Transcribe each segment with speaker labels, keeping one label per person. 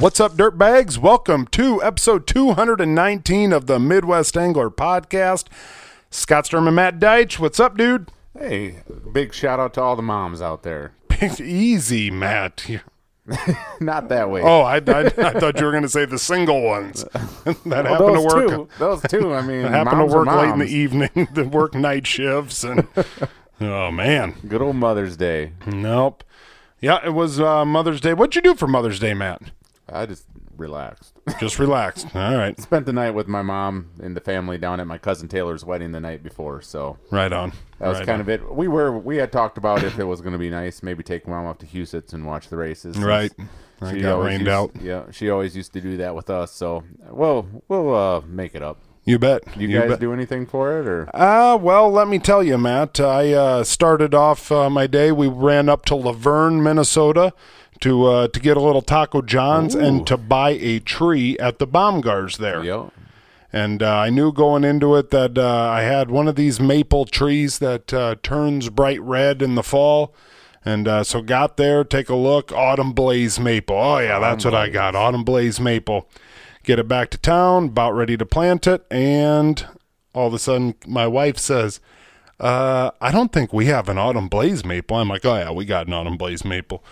Speaker 1: What's up, dirtbags? Welcome to episode 219 of the Midwest Angler Podcast. Scott Sturm and Matt Deitch. What's up, dude?
Speaker 2: Hey, big shout out to all the moms out there.
Speaker 1: Easy, Matt. You're-
Speaker 2: Not that way.
Speaker 1: Oh, I, I, I thought you were going to say the single ones that happen to
Speaker 2: those
Speaker 1: work.
Speaker 2: two. Those two. I mean,
Speaker 1: that happen to
Speaker 2: moms are
Speaker 1: work late in the
Speaker 2: moms.
Speaker 1: evening, that work night shifts, and oh man,
Speaker 2: Good old Mother's Day.
Speaker 1: nope. Yeah, it was uh, Mother's Day. What'd you do for Mother's Day, Matt?
Speaker 2: I just relaxed.
Speaker 1: Just relaxed. All right,
Speaker 2: Spent the night with my mom and the family down at my cousin Taylor's wedding the night before. So
Speaker 1: right on.
Speaker 2: that was
Speaker 1: right
Speaker 2: kind of it. We were we had talked about if it was going to be nice, maybe take mom off to Husitts and watch the races.
Speaker 1: on. right.
Speaker 2: She
Speaker 1: I got
Speaker 2: always
Speaker 1: rained
Speaker 2: used-
Speaker 1: out.
Speaker 2: Yeah, she always used to do that with us. So, well, we'll uh, make it up.
Speaker 1: You bet.
Speaker 2: You, guys
Speaker 1: bet.
Speaker 2: do anything for it, or
Speaker 1: Ah, well, let me tell you, Matt. I uh, started off uh, my day. We ran up to Laverne, Minnesota, to uh, to get a little Taco John's and to buy a tree at the Baumgars there.
Speaker 2: yeah?
Speaker 1: And uh, I knew going into it that uh, I had one of these maple trees that uh, turns bright red in the fall. And uh, so got there, take a look, autumn blaze maple. Oh, yeah, that's what I got, autumn blaze maple. Get it back to town, about ready to plant it. And all of a sudden, my wife says, uh, I don't think we have an autumn blaze maple. I'm like, oh, yeah, we got an autumn blaze maple.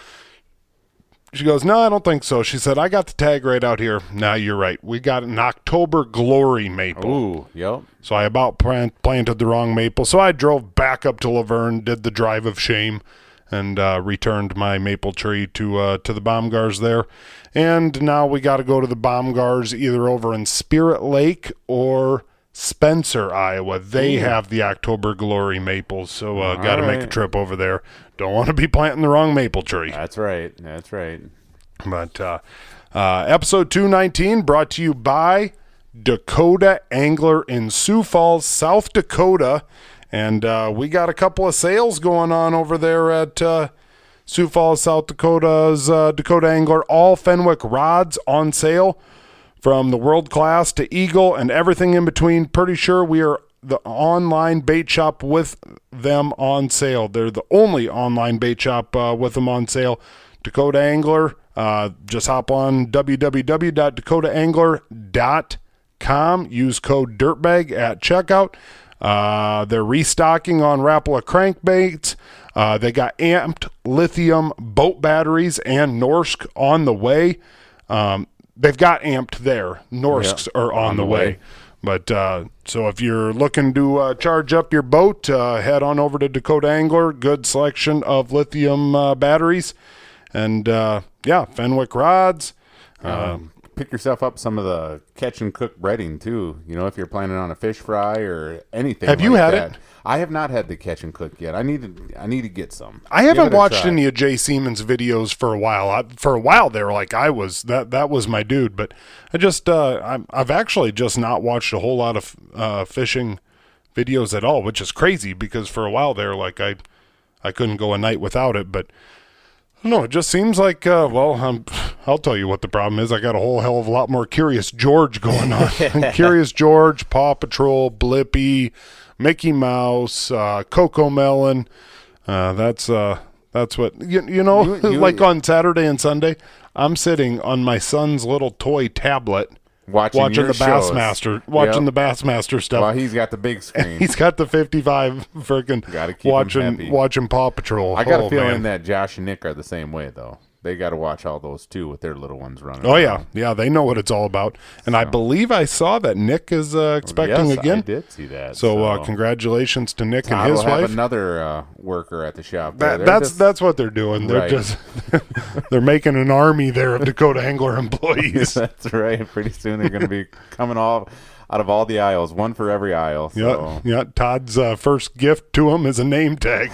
Speaker 1: She goes, No, I don't think so. She said, I got the tag right out here. Now you're right. We got an October glory maple.
Speaker 2: Ooh, yep.
Speaker 1: So I about plant, planted the wrong maple. So I drove back up to Laverne, did the drive of shame, and uh, returned my maple tree to uh, to the Baumgars there. And now we got to go to the Baumgars either over in Spirit Lake or Spencer, Iowa. They have the October glory maples. So uh, got to make a
Speaker 2: right.
Speaker 1: trip over there. Don't want to be planting the wrong maple tree.
Speaker 2: That's right. That's right.
Speaker 1: But uh, uh, episode 219 brought to you by Dakota Angler in Sioux Falls, South Dakota. And uh, we got a couple of sales going on over there at uh, Sioux Falls, South Dakota's uh, Dakota Angler. All Fenwick rods on sale from the world class to Eagle and everything in between. Pretty sure we are the online bait shop with them on sale. They're the only online bait shop uh, with them on sale. Dakota Angler. Uh, just hop on www.dakotaangler.com. Use code DIRTBAG at checkout. Uh, they're restocking on Rapala crankbaits. Uh, they got amped lithium boat batteries and Norsk on the way. Um, they've got amped there. Norsks are on, the, way. But uh, so if you're looking to uh, charge up your boat, uh, head on over to Dakota Angler. Good selection of lithium uh, batteries, and uh, yeah, Fenwick rods. Um,
Speaker 2: Pick yourself up some of the catch and cook breading too. You know, if you're planning on a fish fry or anything.
Speaker 1: Have you
Speaker 2: like
Speaker 1: had
Speaker 2: that.
Speaker 1: it?
Speaker 2: I have not had the catch and cook yet. I need to. I need to get some.
Speaker 1: I
Speaker 2: Give
Speaker 1: haven't
Speaker 2: it a
Speaker 1: watched
Speaker 2: try.
Speaker 1: any of Jay Siemens videos for a while. I, for a while there, like I was that that was my dude. But I just uh, I'm, I've actually just not watched a whole lot of uh, fishing videos at all, which is crazy because for a while there, like I I couldn't go a night without it. But no, it just seems like uh, well, um, I'll tell you what the problem is. I got a whole hell of a lot more Curious George going on. Curious George, Paw Patrol, Blippy, Mickey Mouse, uh, Coco Melon. Uh, that's uh, that's what you, you know.
Speaker 2: You- you-
Speaker 1: like on Saturday and Sunday, I'm sitting on my son's little toy tablet,
Speaker 2: Watching
Speaker 1: watching
Speaker 2: your
Speaker 1: the
Speaker 2: shows.
Speaker 1: Bassmaster, watching
Speaker 2: Yep.
Speaker 1: the Bassmaster stuff.
Speaker 2: Well, he's got the big screen.
Speaker 1: He's got the 55
Speaker 2: Gotta
Speaker 1: freaking
Speaker 2: keep him
Speaker 1: watching
Speaker 2: happy.
Speaker 1: watching Paw Patrol.
Speaker 2: I got
Speaker 1: Oh,
Speaker 2: a feeling
Speaker 1: man.
Speaker 2: that Josh and Nick are the same way though. They got to watch all those too with their little ones running.
Speaker 1: Oh yeah, yeah, they know what it's all about. And I believe I saw that Nick is uh, expecting
Speaker 2: yes, I
Speaker 1: again.
Speaker 2: did see that.
Speaker 1: So uh, congratulations to Nick and
Speaker 2: Todd
Speaker 1: his
Speaker 2: will have
Speaker 1: wife.
Speaker 2: another uh, worker at the shop. there.
Speaker 1: That,
Speaker 2: They're
Speaker 1: that's
Speaker 2: just-
Speaker 1: that's what they're doing. They're
Speaker 2: Right.
Speaker 1: just they're making an army there of Dakota Angler employees.
Speaker 2: That's right. Pretty soon they're going to be coming all out of all the aisles, one for every aisle.
Speaker 1: Yeah,
Speaker 2: So
Speaker 1: yeah. Todd's uh, first gift to him is a name tag.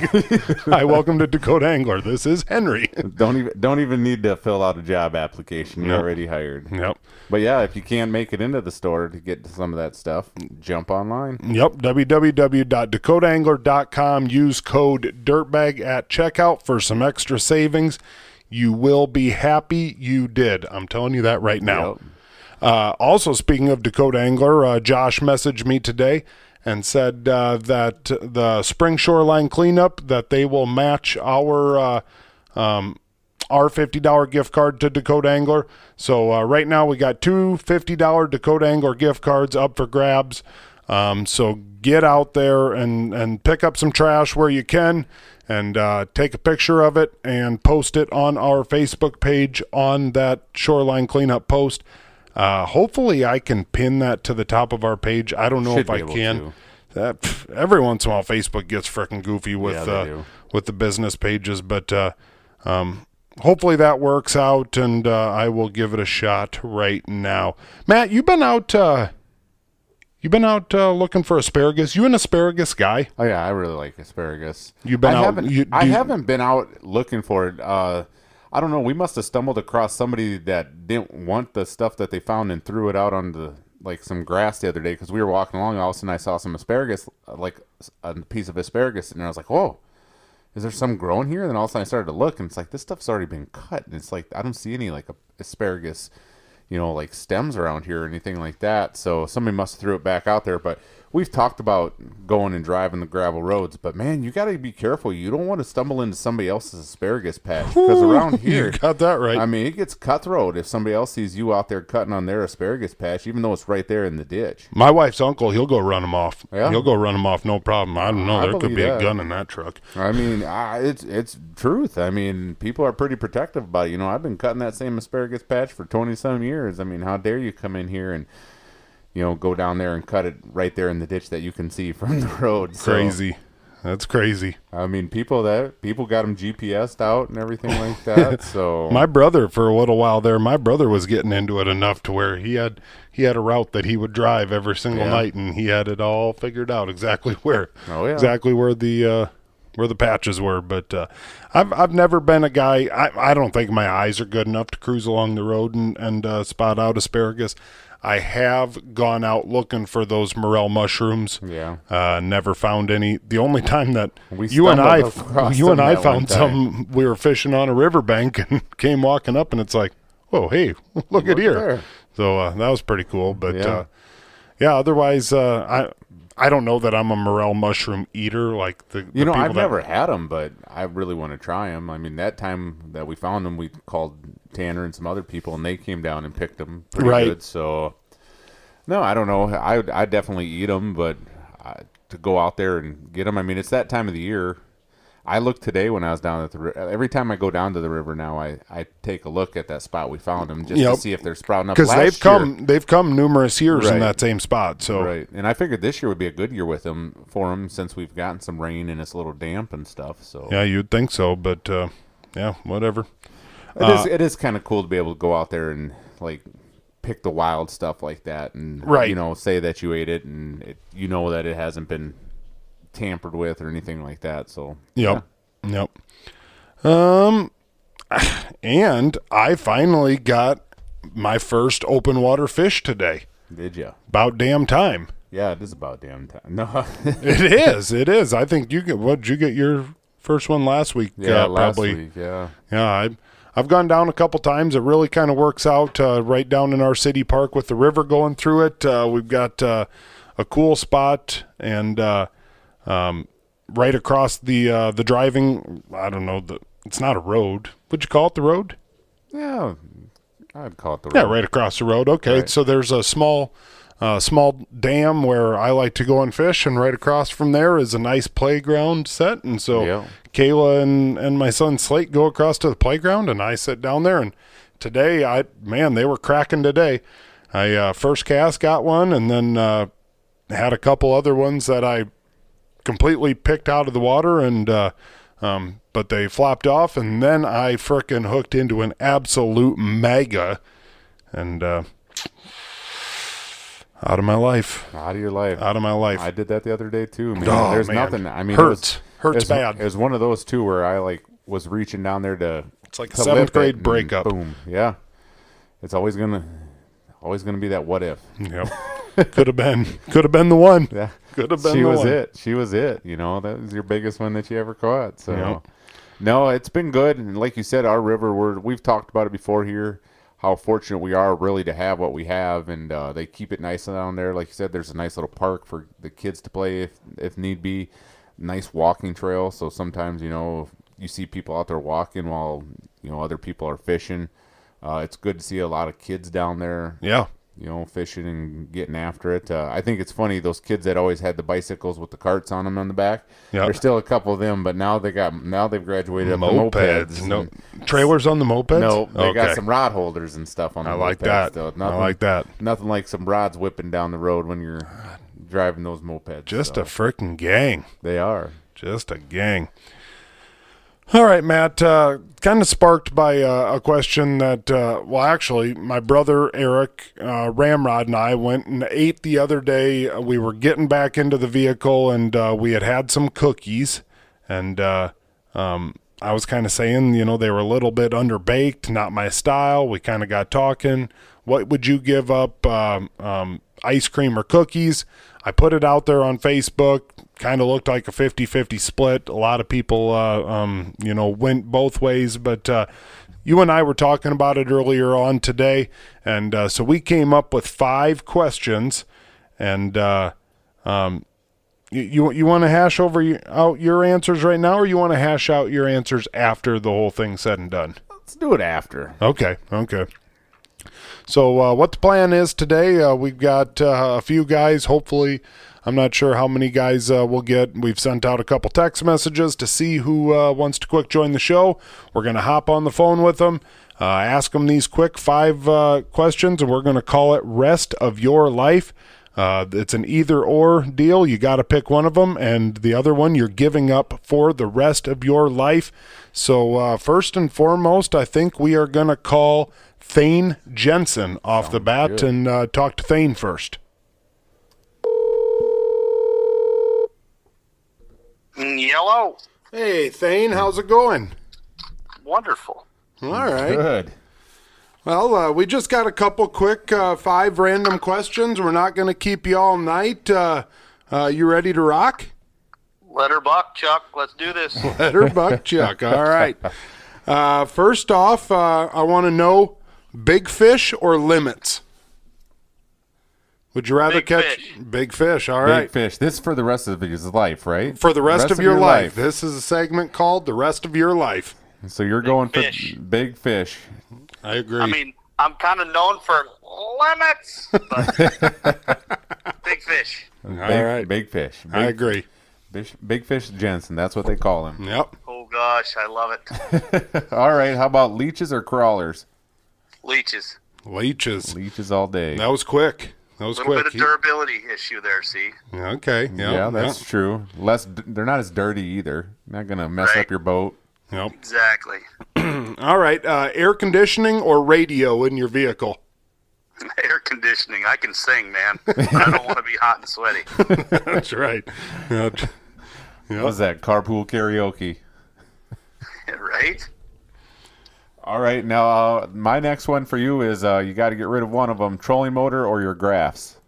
Speaker 1: Hi, welcome to Dakota Angler. This is Henry.
Speaker 2: don't even don't even need to fill out a job application. You're already hired.
Speaker 1: Yep.
Speaker 2: But yeah, if you can't make it into the store to get some of that stuff, jump online.
Speaker 1: Yep, www.dakotaangler.com. Use code DIRTBAG at checkout for some extra savings. You will be happy you did. I'm telling you that right now.
Speaker 2: Yep.
Speaker 1: Uh, also, speaking of Dakota Angler, uh, Josh messaged me today and said uh, that the spring shoreline cleanup that they will match our uh, um, our $50 gift card to Dakota Angler. So uh, right now we got two $50 Dakota Angler gift cards up for grabs. Um, so get out there and, and pick up some trash where you can and uh, take a picture of it and post it on our Facebook page on that shoreline cleanup post. Uh, hopefully, I can pin that to the top of our page. I don't know
Speaker 2: Should
Speaker 1: if
Speaker 2: be
Speaker 1: I
Speaker 2: able
Speaker 1: can.
Speaker 2: to.
Speaker 1: That, pff, every once in a while, Facebook gets freaking goofy with
Speaker 2: Yeah,
Speaker 1: with
Speaker 2: they
Speaker 1: uh,
Speaker 2: do.
Speaker 1: with the business pages. But uh, um, hopefully that works out, and uh, I will give it a shot right now. Matt, you've been out. Uh, you've been out uh, looking for asparagus. You an asparagus guy?
Speaker 2: Oh yeah, I really like asparagus.
Speaker 1: You've been
Speaker 2: I
Speaker 1: out-
Speaker 2: Haven't,
Speaker 1: you-
Speaker 2: I
Speaker 1: do you-
Speaker 2: haven't been out looking for it. Uh, I don't know. We must have stumbled across somebody that didn't want the stuff that they found and threw it out on the like some grass the other day because we were walking along. All of a sudden, I saw some asparagus, uh, like s- a piece of asparagus, and I was like, "Whoa, is there some growing here?" And then all of a sudden, I started to look, and it's like this stuff's already been cut, and it's like I don't see any like a, asparagus, you know, like stems around here or anything like that. So somebody must have threw it back out there. But we've talked about going and driving the gravel roads, but man, you got to be careful. You don't want to stumble into somebody else's asparagus patch because around here,
Speaker 1: you got that right.
Speaker 2: I mean, it gets cutthroat if somebody else sees you out there cutting on their asparagus patch, even though it's right there in the ditch.
Speaker 1: My wife's uncle, he'll go run him off.
Speaker 2: Yeah?
Speaker 1: He'll go run him off, no problem. I don't know.
Speaker 2: I
Speaker 1: there could
Speaker 2: believe
Speaker 1: be a
Speaker 2: that.
Speaker 1: gun in that truck.
Speaker 2: I mean, I, it's it's truth. I mean, people are pretty protective about it. You know, I've been cutting that same asparagus patch for twenty some years. I mean, how dare you come in here and you know go down there and cut it right there in the ditch that you can see from the road? So,
Speaker 1: Crazy. That's crazy.
Speaker 2: I mean, people that people got them GPSed out and everything like that. So
Speaker 1: My brother, for a little while there, my brother was getting into it enough to where he had he had a route that he would drive every single
Speaker 2: Yeah.
Speaker 1: night, and he had it all figured out exactly where,
Speaker 2: Oh, yeah.
Speaker 1: exactly where the uh, where the patches were. But uh, I've I've never been a guy. I I don't think my eyes are good enough to cruise along the road and and uh, spot out asparagus. I have gone out looking for those morel mushrooms.
Speaker 2: Yeah.
Speaker 1: Uh, never found any. The only time that
Speaker 2: We
Speaker 1: you and I,
Speaker 2: stumbled across
Speaker 1: you and
Speaker 2: them
Speaker 1: I
Speaker 2: that one
Speaker 1: found
Speaker 2: time.
Speaker 1: some. We were fishing on a riverbank and came walking up, and it's like, whoa, hey, look, at here.
Speaker 2: there.
Speaker 1: So uh, that was pretty cool. But yeah,
Speaker 2: Yeah.
Speaker 1: uh, yeah otherwise, uh, I I don't know that I'm a morel mushroom eater. Like the, the
Speaker 2: You know,
Speaker 1: people
Speaker 2: I've
Speaker 1: that-
Speaker 2: never had them, but I really want to try them. I mean, that time that we found them, we called Tanner and some other people, and they came down and picked them pretty
Speaker 1: Right.
Speaker 2: good. So, no, I don't know. I would- I definitely eat them, but I, to go out there and get them, I mean, it's that time of the year. I looked today when I was down at the river. Every time I go down to the river now, I, I take a look at that spot we found them just
Speaker 1: Yep.
Speaker 2: to see if they're sprouting up.
Speaker 1: because
Speaker 2: Last
Speaker 1: they've
Speaker 2: year-
Speaker 1: come they've come numerous years in
Speaker 2: Right.
Speaker 1: that same spot. So
Speaker 2: Right, and I figured this year would be a good year with them for them since we've gotten some rain and it's a little damp and stuff. So
Speaker 1: yeah, you'd think so, but uh, yeah, whatever.
Speaker 2: It is it is kind of cool to be able to go out there and like pick the wild stuff like that and
Speaker 1: Right.
Speaker 2: you know say that you ate it and it, you know that it hasn't been tampered with or anything like that. So
Speaker 1: Yep. Yep. Um and I finally got my first open water fish today.
Speaker 2: yeah. did you?
Speaker 1: About damn time.
Speaker 2: Yeah, it is about damn time. No,
Speaker 1: It is. It is. I think you get what you get your first one last week.
Speaker 2: yeah,
Speaker 1: uh,
Speaker 2: last
Speaker 1: probably.
Speaker 2: week, yeah.
Speaker 1: Yeah, I, I've gone down a couple times. It really kind of works out uh, right down in our city park with the river going through it. Uh, we've got uh, a cool spot and uh, um, right across the uh, the driving. I don't know. The, it's not a road. Would you call it the road?
Speaker 2: Yeah, I'd call it the
Speaker 1: Yeah,
Speaker 2: road.
Speaker 1: right across the road. Okay, so there's a small, uh, small dam where I like to go and fish, and right across from there is a nice playground set. And so
Speaker 2: Yeah.
Speaker 1: Kayla and and my son Slate go across to the playground, and I sit down there. And today, I man, they were cracking today. I uh, first cast got one, and then uh, had a couple other ones that I completely picked out of the water and uh um but they flopped off and then I frickin' hooked into an absolute mega and uh out of my life.
Speaker 2: Out of your life.
Speaker 1: Out of my life.
Speaker 2: I did that the other day too, man.
Speaker 1: Oh,
Speaker 2: There's
Speaker 1: man.
Speaker 2: nothing. I mean,
Speaker 1: Hurts.
Speaker 2: it was,
Speaker 1: Hurts
Speaker 2: it was-
Speaker 1: bad.
Speaker 2: It was one of those too where I like was reaching down there to. It's
Speaker 1: like a seventh grade breakup.
Speaker 2: Boom. Yeah. It's always gonna, always gonna be that what if.
Speaker 1: Yep. could have been could have been the one.
Speaker 2: Yeah.
Speaker 1: Could have been
Speaker 2: She
Speaker 1: the
Speaker 2: was
Speaker 1: one.
Speaker 2: it. She was it. You know, that was your biggest one that you ever caught. So,
Speaker 1: Yep.
Speaker 2: no, it's been good. And like you said, our river, we're, we've talked about it before here, how fortunate we are really to have what we have. And uh, they keep it nice down there. Like you said, there's a nice little park for the kids to play if, if need be. Nice walking trail. So sometimes, you know, you see people out there walking while you know other people are fishing. Uh, it's good to see a lot of kids down there
Speaker 1: Yeah.
Speaker 2: you know, fishing and getting after it. Uh, I think it's funny those kids that always had the bicycles with the carts on them on the back.
Speaker 1: Yeah.
Speaker 2: There's still a couple of them, but now they got now they've graduated up to
Speaker 1: Mopeds.
Speaker 2: mopeds.
Speaker 1: No.
Speaker 2: and-
Speaker 1: Trailers on the mopeds?
Speaker 2: no, they
Speaker 1: Okay.
Speaker 2: got some rod holders and stuff on. The
Speaker 1: I like
Speaker 2: mopeds
Speaker 1: that.
Speaker 2: Still.
Speaker 1: I like that.
Speaker 2: Nothing like some rods whipping down the road when you're driving those mopeds.
Speaker 1: Just
Speaker 2: so.
Speaker 1: a freaking gang.
Speaker 2: they are.
Speaker 1: Just a gang. All right, Matt. Uh, kind of sparked by uh, a question that, uh, well, actually, my brother Eric uh, Ramrod and I went and ate the other day. We were getting back into the vehicle and uh, we had had some cookies. And uh, um, I was kind of saying, you know, they were a little bit underbaked, not my style. We kind of got talking. What would you give up, um, um, ice cream or cookies? I put it out there on Facebook. Kind of looked like a 50 50 split. A lot of people, uh, um, you know, went both ways. But uh, you and I were talking about it earlier on today. And uh, so we came up with five questions. And uh, you you, you want to hash over your, out your answers right now, or you want to hash out your answers after the whole thing's said and done?
Speaker 2: Let's do it after.
Speaker 1: Okay, okay. So uh, what the plan is today? Uh, we've got uh, a few guys. Hopefully, I'm not sure how many guys uh, we'll get. We've sent out a couple text messages to see who uh, wants to quick join the show. We're gonna hop on the phone with them, uh, ask them these quick five uh, questions, and we're gonna call it "Rest of Your Life." Uh, it's an either or deal. You got to pick one of them, and the other one you're giving up for the rest of your life. So, uh, first and foremost, I think we are going to call Thane Jensen off the bat and uh, talk to Thane first.
Speaker 3: Yellow,
Speaker 1: Hey, Thane, how's it going?
Speaker 3: wonderful.
Speaker 1: All right.
Speaker 2: Good.
Speaker 1: Well, uh, we just got a couple quick uh, five random questions. We're not going to keep you all night. Uh, uh, you ready to rock?
Speaker 3: Let her buck, Chuck. Let's do this.
Speaker 1: Better buck chuck. All right. Uh, first off, uh, I want to know big fish or limits. Would you rather
Speaker 3: Big
Speaker 1: catch
Speaker 3: fish.
Speaker 1: big fish? All right.
Speaker 2: Big fish. This is for the rest of his life, right?
Speaker 1: For the rest, of, your, life. This is a segment called "The Rest of Your Life."
Speaker 2: So you're going
Speaker 3: fish.
Speaker 2: for big fish.
Speaker 1: I agree.
Speaker 3: I mean, I'm kind of known for limits, but big fish.
Speaker 2: Big,
Speaker 1: right.
Speaker 2: big fish. Big
Speaker 1: I agree.
Speaker 2: Fish, Big Fish Jensen, that's what they call him.
Speaker 1: Yep.
Speaker 3: Oh gosh, I love it.
Speaker 2: All right, how about leeches or crawlers?
Speaker 3: Leeches.
Speaker 1: Leeches.
Speaker 2: Leeches all day.
Speaker 1: That was quick. That was
Speaker 3: A little
Speaker 1: quick.
Speaker 3: bit of durability issue there. See,
Speaker 1: He- okay. Yep.
Speaker 2: yeah, that's true. Less, d- they're not as dirty either. Not gonna mess
Speaker 3: Right.
Speaker 2: up your boat.
Speaker 1: Yep.
Speaker 3: exactly.
Speaker 1: Yep. All right. Uh, air conditioning or radio in your vehicle?
Speaker 3: Air conditioning. I can sing, man. I don't want to be hot and sweaty.
Speaker 1: That's right. Yep.
Speaker 2: What was that? Carpool karaoke.
Speaker 3: Right?
Speaker 2: All right, now uh, my next one for you is uh, you got to get rid of one of them: trolling motor or your graphs.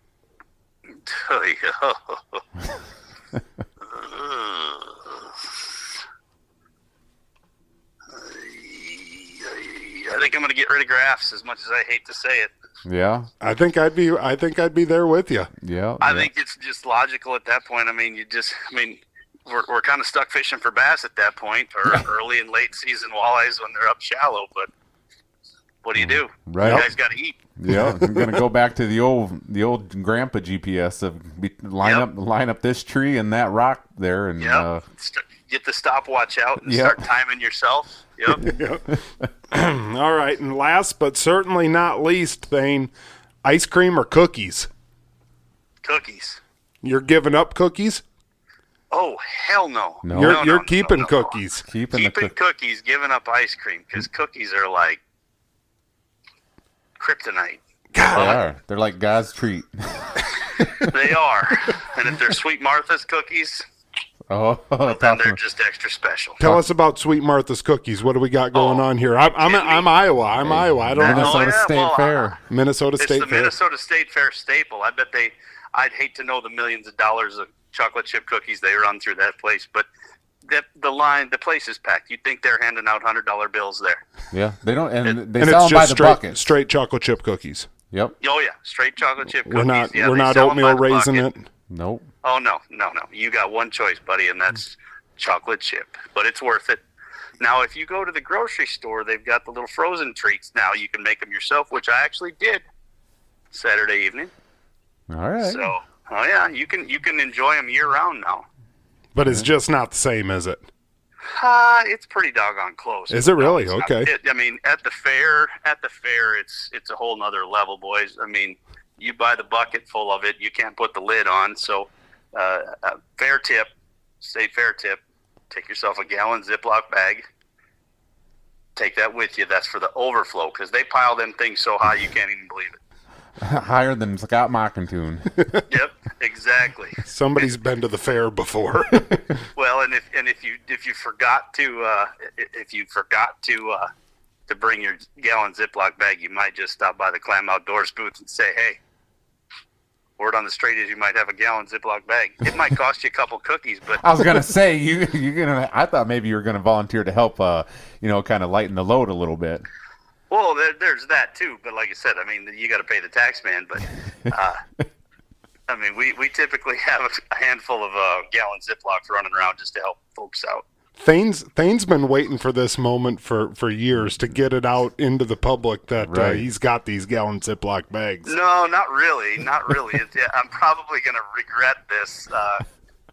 Speaker 3: I think I'm going to get rid of graphs as much as I hate to say it.
Speaker 2: Yeah,
Speaker 1: I think I'd be. I think I'd be there with you.
Speaker 2: yeah.
Speaker 3: I
Speaker 2: yeah.
Speaker 3: think it's just logical at that point. I mean, you just, I mean, we're, we're kind of stuck fishing for bass at that point, or early and late season walleyes when they're up shallow. But what do you do?
Speaker 2: Right.
Speaker 3: You guys got to eat.
Speaker 2: Yeah, I'm gonna go back to the old the old grandpa GPS of be, line
Speaker 3: Yep.
Speaker 2: up line up this tree and that rock there and
Speaker 3: Yep.
Speaker 2: uh,
Speaker 3: St- get the stopwatch out and
Speaker 2: Yep.
Speaker 3: start timing yourself. Yep.
Speaker 1: All right, and last but certainly not least, Thane, ice cream or cookies?
Speaker 3: Cookies.
Speaker 1: You're giving up cookies?
Speaker 3: Oh, hell no.
Speaker 2: No.
Speaker 1: You're
Speaker 3: no,
Speaker 1: you're
Speaker 3: no,
Speaker 1: keeping
Speaker 3: no, no.
Speaker 1: cookies.
Speaker 2: keeping, the
Speaker 3: Keeping
Speaker 2: cook-
Speaker 3: cookies, giving up ice cream, because cookies are like kryptonite.
Speaker 2: They are. They're like God's treat.
Speaker 3: They are. and if they're Sweet Martha's cookies,
Speaker 2: Oh,
Speaker 3: then
Speaker 2: top
Speaker 3: they're
Speaker 2: of-
Speaker 3: just extra special.
Speaker 1: Tell us about Sweet Martha's cookies. What do we got going
Speaker 3: Oh,
Speaker 1: on here? I'm I'm, I'm Iowa. I'm Iowa. I don't know uh,
Speaker 3: That's-
Speaker 2: Minnesota
Speaker 3: yeah,
Speaker 2: State
Speaker 3: well,
Speaker 2: Fair.
Speaker 1: Minnesota
Speaker 3: It's
Speaker 1: State
Speaker 3: the
Speaker 1: Fair.
Speaker 3: Minnesota State Fair staple. I bet they. I'd hate to know the millions of dollars of chocolate chip cookies they run through that place, but the the line, the place is packed. You'd think they're handing out hundred dollar bills there.
Speaker 2: Yeah, they don't, and they
Speaker 1: and
Speaker 2: sell
Speaker 1: it's
Speaker 2: them by
Speaker 1: just
Speaker 2: the
Speaker 1: straight
Speaker 2: bucket.
Speaker 1: straight chocolate chip cookies.
Speaker 2: Yep.
Speaker 3: Oh yeah, straight chocolate chip.
Speaker 1: We're
Speaker 3: cookies.
Speaker 1: not
Speaker 3: Yeah,
Speaker 1: we're
Speaker 3: they
Speaker 1: not
Speaker 3: sell 'em by
Speaker 1: oatmeal
Speaker 3: the
Speaker 1: raisin
Speaker 3: bucket.
Speaker 1: it.
Speaker 2: Nope.
Speaker 3: Oh no, no, no. You got one choice, buddy, and that's chocolate chip. But it's worth it. Now, if you go to the grocery store, they've got the little frozen treats now. You can make them yourself, which I actually did Saturday evening.
Speaker 2: All right.
Speaker 3: So, oh yeah, you can you can enjoy them year round now.
Speaker 1: But it's just not the same, is it?
Speaker 3: Uh, it's pretty doggone close.
Speaker 1: Is it really?
Speaker 3: It's not-
Speaker 1: Okay.
Speaker 3: it- I mean, at the fair, at the fair, it's it's a whole nother level, boys. I mean, you buy the bucket full of it, you can't put the lid on. So, uh, uh, fair tip, say fair tip, take yourself a gallon Ziploc bag. Take that with you. That's for the overflow because they pile them things so high you can't even believe it.
Speaker 2: Higher than Scott Mockington.
Speaker 3: Yep, exactly.
Speaker 1: Somebody's been to the fair before.
Speaker 3: Well, and if and if you if you forgot to uh, i- if you forgot to uh, to bring your gallon Ziploc bag, you might just stop by the Clam Outdoors booth and say, "Hey, word on the street is you might have a gallon Ziploc bag. It might cost you a couple cookies, but
Speaker 2: I was gonna say you you're gonna. I thought maybe you were gonna volunteer to help. Uh, you know, kind of lighten the load a little bit.
Speaker 3: well, there, there's that too. But like I said, I mean, you got to pay the tax man. But uh, I mean, we we typically have a handful of uh, gallon Ziplocs running around just to help folks out.
Speaker 1: Thane's Thane's been waiting for this moment for, for years to get it out into the public that uh,
Speaker 2: Right.
Speaker 1: he's got these gallon Ziploc bags.
Speaker 3: No, not really. Not really. It's, yeah, I'm probably going to regret this uh,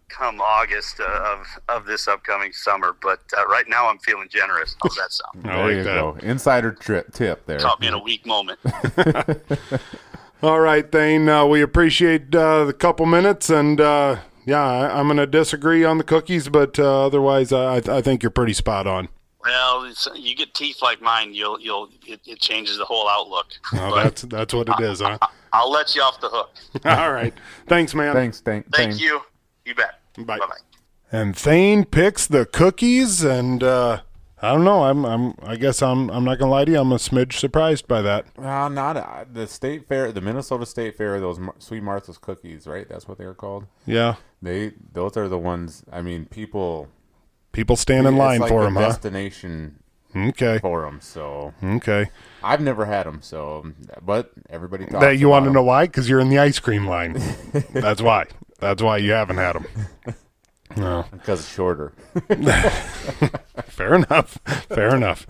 Speaker 3: come August uh, of of this upcoming summer. But uh, right now, I'm feeling generous. How's that sound?
Speaker 1: I
Speaker 2: there
Speaker 1: like
Speaker 2: you
Speaker 1: that.
Speaker 2: go. Insider trip tip there.
Speaker 3: Caught me in a weak moment.
Speaker 1: All right, Thane. Uh, we appreciate uh, the couple minutes, and uh, yeah, I, I'm going to disagree on the cookies, but uh, otherwise, I, I think you're pretty spot on.
Speaker 3: Well, it's, you get teeth like mine, you'll you'll it, it changes the whole outlook.
Speaker 1: Oh,
Speaker 3: but
Speaker 1: that's that's what it is, huh?
Speaker 3: I'll let you off the hook.
Speaker 1: All right, thanks, man.
Speaker 2: Thanks, thank,
Speaker 3: Thank
Speaker 2: thank-
Speaker 3: you. You bet.
Speaker 1: Bye.
Speaker 3: Bye bye.
Speaker 1: And Thane picks the cookies, and uh, I don't know. I'm I'm I guess I'm I'm not gonna lie to you. I'm a smidge surprised by that.
Speaker 2: Uh, not uh, the state fair, the Minnesota State Fair. Those Mar- Sweet Martha's cookies, right? That's what they are called.
Speaker 1: Yeah,
Speaker 2: They those are the ones. I mean, people
Speaker 1: people stand in
Speaker 2: it's
Speaker 1: line
Speaker 2: like
Speaker 1: for
Speaker 2: a
Speaker 1: them, huh?
Speaker 2: Destination
Speaker 1: Okay,
Speaker 2: for them. So
Speaker 1: okay.
Speaker 2: I've never had them. So, but everybody talks
Speaker 1: That you want to
Speaker 2: about
Speaker 1: know why? Because you're in the ice cream line. that's why. That's why you haven't had them. No.
Speaker 2: because it's shorter.
Speaker 1: Fair enough. Fair enough.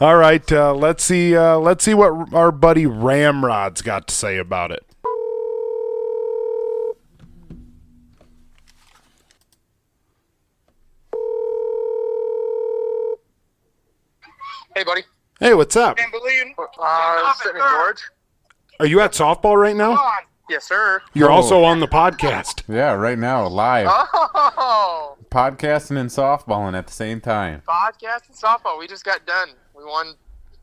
Speaker 1: All right, uh, let's see. Uh, let's see what our buddy Ramrod's got to say about it.
Speaker 4: Hey, buddy.
Speaker 1: Hey, what's up?
Speaker 4: Uh, sitting in George.
Speaker 1: Are you at softball right now?
Speaker 4: Yes, sir.
Speaker 1: You're
Speaker 2: Oh.
Speaker 1: also on the podcast.
Speaker 2: Yeah, right now live
Speaker 4: Oh,
Speaker 2: podcasting and softballing at the same time.
Speaker 4: podcast and softball. We just got done. We won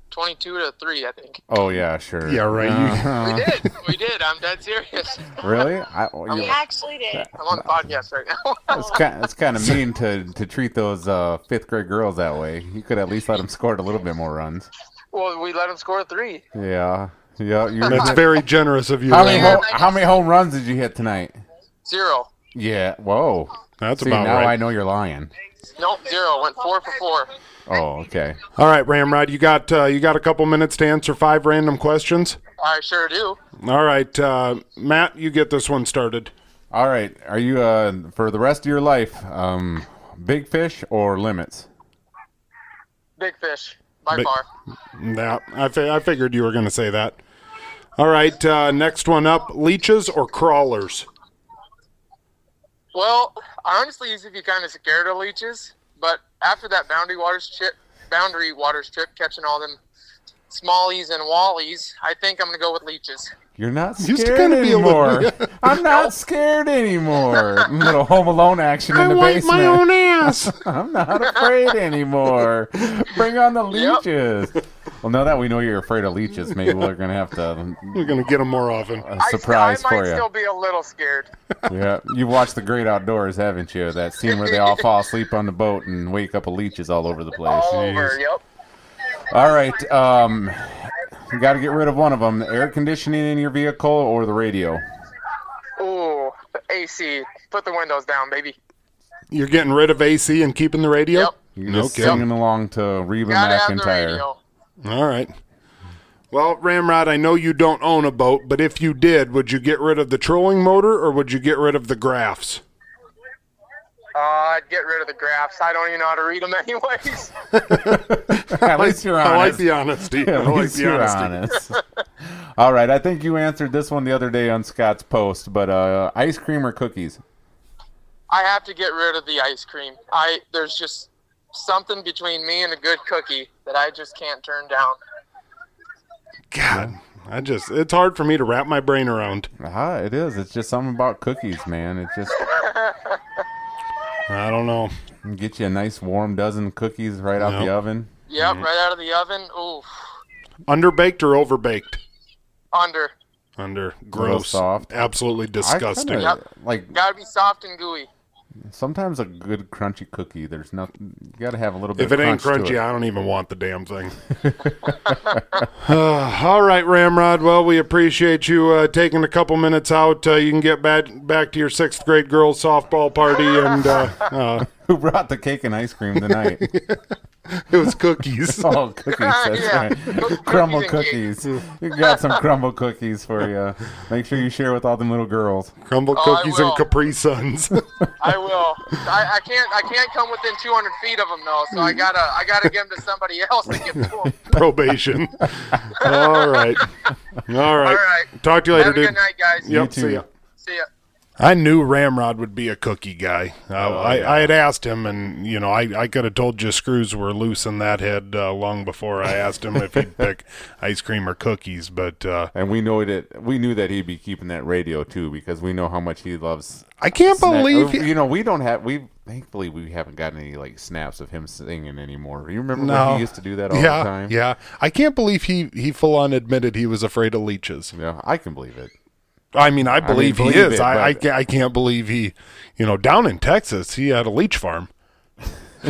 Speaker 4: twenty-two to three, I think.
Speaker 2: Oh yeah, sure.
Speaker 1: Yeah, right, you-
Speaker 2: Uh-huh.
Speaker 4: We did. we did. I'm dead serious.
Speaker 2: Really? I, well,
Speaker 5: We
Speaker 2: you-
Speaker 5: actually did.
Speaker 4: I'm on the podcast right now.
Speaker 2: it's kind. It's kind of mean to to treat those uh, fifth grade girls that way. You could at least let them score a little bit more runs.
Speaker 4: well, we let him score three.
Speaker 2: Yeah. Yeah. You.
Speaker 1: That's very generous of you.
Speaker 2: How many
Speaker 1: Ramrod.
Speaker 2: home, how many home runs did you hit tonight?
Speaker 4: Zero.
Speaker 2: Yeah. Whoa.
Speaker 1: That's
Speaker 2: See,
Speaker 1: about
Speaker 2: now I
Speaker 1: right.
Speaker 2: know you're lying.
Speaker 4: Nope, zero. Went four for four.
Speaker 2: Oh, okay.
Speaker 1: All right, Ramrod, you got uh, you got a couple minutes to answer five random questions.
Speaker 4: I sure do.
Speaker 1: All right, uh, Matt, you get this one started.
Speaker 2: All right. Are you uh for the rest of your life um big fish or limits?
Speaker 4: Big fish by
Speaker 1: Big-
Speaker 4: far.
Speaker 1: Yeah, I fi- I figured you were going to say that. All right, uh, next one up: leeches or crawlers.
Speaker 4: Well, I honestly used to be kind of scared of leeches, but after that boundary waters chip, boundary waters trip, catching all them smallies and wallies, I think I'm gonna go with leeches.
Speaker 2: You're not
Speaker 1: Used to
Speaker 2: scared
Speaker 1: kinda be a
Speaker 2: anymore.
Speaker 1: little-
Speaker 2: I'm not scared anymore. little Home Alone action in the basement.
Speaker 1: ass.
Speaker 2: I'm not afraid anymore. Bring on the
Speaker 4: Yep.
Speaker 2: leeches. Well, now that we know you're afraid of leeches, maybe we're gonna have to
Speaker 1: We're gonna get them more often.
Speaker 2: a
Speaker 4: I still-
Speaker 2: surprise
Speaker 4: I
Speaker 2: for
Speaker 4: might
Speaker 2: you.
Speaker 4: still be a little scared.
Speaker 2: Yeah, you've watched The Great Outdoors, haven't you? That scene where they all fall asleep on the boat and wake up with leeches all over the place.
Speaker 4: All over.
Speaker 2: Oh, Jeez.
Speaker 4: Yep.
Speaker 2: All right, um, you got to get rid of one of them: the air conditioning in your vehicle or the radio.
Speaker 4: Ooh, the AC. Put the windows down, baby.
Speaker 1: You're getting rid of AC and keeping the radio.
Speaker 4: Yep.
Speaker 2: You're just
Speaker 1: Okay.
Speaker 2: singing along to Reba
Speaker 4: Gotta have the
Speaker 2: McIntyre.
Speaker 4: radio.
Speaker 1: All right. Well, Ramrod, I know you don't own a boat, but if you did, would you get rid of the trolling motor or would you get rid of the graphs?
Speaker 4: Uh, I'd get rid of the graphs. I don't even know how to read them anyways.
Speaker 2: At least you're
Speaker 1: I like
Speaker 2: honest.
Speaker 1: the honesty. I
Speaker 2: At
Speaker 1: like
Speaker 2: least
Speaker 1: the
Speaker 2: you're
Speaker 1: honesty.
Speaker 2: honest. All right, I think you answered this one the other day on Scott's post, but uh, ice cream or cookies?
Speaker 4: I have to get rid of the ice cream. I there's just something between me and a good cookie that I just can't turn down.
Speaker 1: God, I just, it's hard for me to wrap my brain around.
Speaker 2: Ah, it is. It's just something about cookies, man. It just
Speaker 1: I don't know.
Speaker 2: get you a nice warm dozen cookies right out
Speaker 1: Yep.
Speaker 2: the oven.
Speaker 4: Yep,
Speaker 2: Mm-hmm.
Speaker 4: right out of the oven. Ooh,
Speaker 1: Underbaked or overbaked?
Speaker 4: under.
Speaker 1: Under. Gross.
Speaker 2: soft.
Speaker 1: Absolutely
Speaker 2: I
Speaker 1: disgusting.
Speaker 2: kinda- Like
Speaker 4: Gotta be soft and gooey.
Speaker 2: sometimes a good crunchy cookie. There's nothing. You got to have a little bit.
Speaker 1: If it
Speaker 2: of
Speaker 1: ain't
Speaker 2: crunch to
Speaker 1: crunchy, I don't even want the damn thing. Uh, all right, Ramrod. Well, we appreciate you uh, taking a couple minutes out. Uh, you can get back back to your sixth grade girls softball party, and uh, uh,
Speaker 2: Who brought the cake and ice cream tonight?
Speaker 1: it was cookies.
Speaker 2: Oh, cookies.
Speaker 1: Ah,
Speaker 2: That's
Speaker 4: Yeah.
Speaker 2: right.
Speaker 4: Cook-
Speaker 2: crumble
Speaker 4: cookies
Speaker 2: cookies. We got some crumble cookies for you. Make sure you share with all them little girls.
Speaker 1: Crumble
Speaker 4: Oh, I
Speaker 1: cookies and
Speaker 4: will.
Speaker 1: Capri Suns.
Speaker 4: I will. I, I can't. I can't come within 200 feet of them though. So I gotta. I gotta give them to somebody else to get to 'em.
Speaker 1: Probation. all right. All right.
Speaker 4: All right.
Speaker 1: Talk to you later,
Speaker 4: Have a
Speaker 1: dude.
Speaker 4: good night, guys.
Speaker 1: Yep.
Speaker 2: too.
Speaker 1: See ya.
Speaker 4: See ya.
Speaker 1: I knew Ramrod would be a cookie guy. Uh, I,
Speaker 2: Oh, yeah.
Speaker 1: I had asked him, and you know, I, I could have told you screws were loose in that head uh, long before I asked him if he'd pick ice cream or cookies. But uh,
Speaker 2: And we know that we knew that he'd be keeping that radio too because we know how much he loves.
Speaker 1: I can't
Speaker 2: snack-
Speaker 1: believe
Speaker 2: or,
Speaker 1: he-
Speaker 2: you know we don't have we thankfully we haven't gotten any like snaps of him singing anymore. You remember
Speaker 1: No.
Speaker 2: when he used to do that all
Speaker 1: yeah,
Speaker 2: the time?
Speaker 1: yeah. I can't believe he he full on admitted he was afraid of leeches.
Speaker 2: Yeah, I can believe it.
Speaker 1: I mean, I believe he
Speaker 2: believe
Speaker 1: is.
Speaker 2: it,
Speaker 1: I, I
Speaker 2: but-
Speaker 1: ca- I can't believe he, you know, down in Texas, he had a leech farm.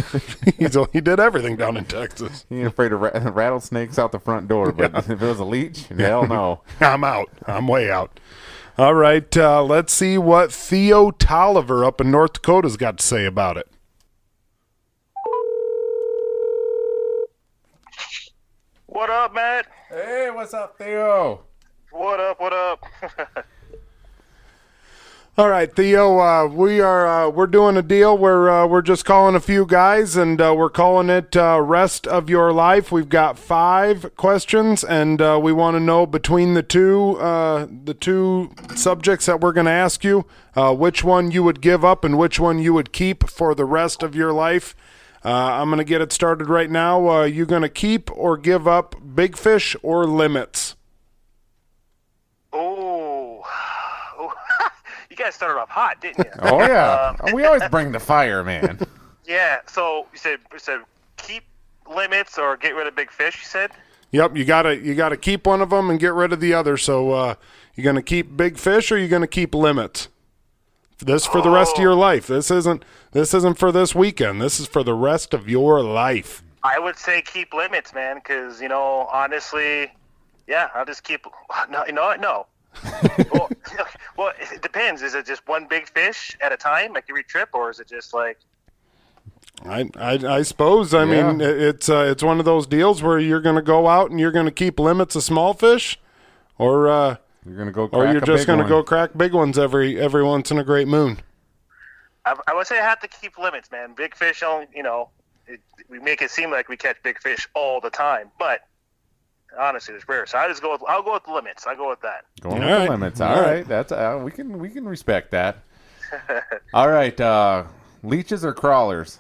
Speaker 1: He's he did everything down in Texas.
Speaker 2: He ain't afraid of ra- rattlesnakes out the front door, but if it was a leech, hell no.
Speaker 1: I'm out. I'm way out. All right, uh, let's see what Theo Tolliver up in North Dakota's got to say about it.
Speaker 5: What up, Matt?
Speaker 2: Hey, what's up, Theo?
Speaker 5: What up? What up?
Speaker 1: All right, Theo, uh, we are uh, we're doing a deal. We're uh, we're just calling a few guys, and uh, we're calling it uh, "Rest of Your Life." We've got five questions, and uh, we want to know between the two uh, the two subjects that we're going to ask you, uh, which one you would give up and which one you would keep for the rest of your life. Uh, I'm going to get it started right now. Uh, you going to keep or give up big fish or limits?
Speaker 5: Oh, you guys started off hot, didn't you?
Speaker 2: Oh yeah, we always bring the fire, man.
Speaker 5: yeah. So you said you said keep limits or get rid of big fish. You said.
Speaker 1: Yep, you gotta you gotta keep one of them and get rid of the other. So uh, you gonna keep big fish or you gonna keep limits? This for the rest
Speaker 2: Oh.
Speaker 1: of your life. This isn't this isn't for this weekend. This is for the rest of your life.
Speaker 5: I would say keep limits, man, because you know honestly, yeah, I'll just keep. No, you know what? No. well, well, it depends. Is it just one big fish at a time, like every trip, or is it just like
Speaker 1: I I, I suppose. I mean,
Speaker 2: Yeah.
Speaker 1: it- it's uh, it's one of those deals where you're gonna go out and you're gonna keep limits of small fish, or uh,
Speaker 2: You're gonna go.
Speaker 1: or
Speaker 2: crack
Speaker 1: you're
Speaker 2: a
Speaker 1: just
Speaker 2: big
Speaker 1: gonna
Speaker 2: one.
Speaker 1: go crack big ones every every once in a great moon.
Speaker 5: I, I would say I have to keep limits, man. Big fish, only, you know, it, we make it seem like we catch big fish all the time, but honestly, it's rare. So I just go with I'll go with the limits. I'll go with that.
Speaker 2: Going
Speaker 1: All
Speaker 2: with
Speaker 1: right.
Speaker 2: the limits.
Speaker 1: All
Speaker 2: All right.
Speaker 1: right.
Speaker 2: that's uh, we can we can respect that. All right, uh, leeches or crawlers?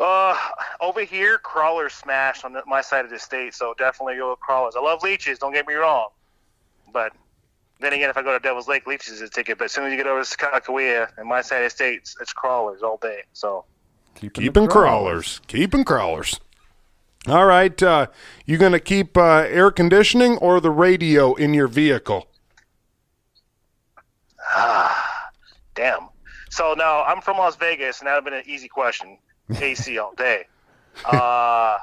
Speaker 5: Uh, over here, crawlers smash on the, my side of the state, so definitely go with crawlers. I love leeches. Don't get me wrong, but then again, if I go to Devil's Lake, leeches is a ticket. But as soon as you get over to Kakawea and my side of the state, it's, it's crawlers all day. So
Speaker 2: Keeping, the
Speaker 1: Keeping crawlers. Keeping crawlers. All right. Uh, you going to keep uh, air conditioning or the radio in your vehicle?
Speaker 5: Damn. So now I'm from Las Vegas, and that would have been an easy question. AC all day. Uh,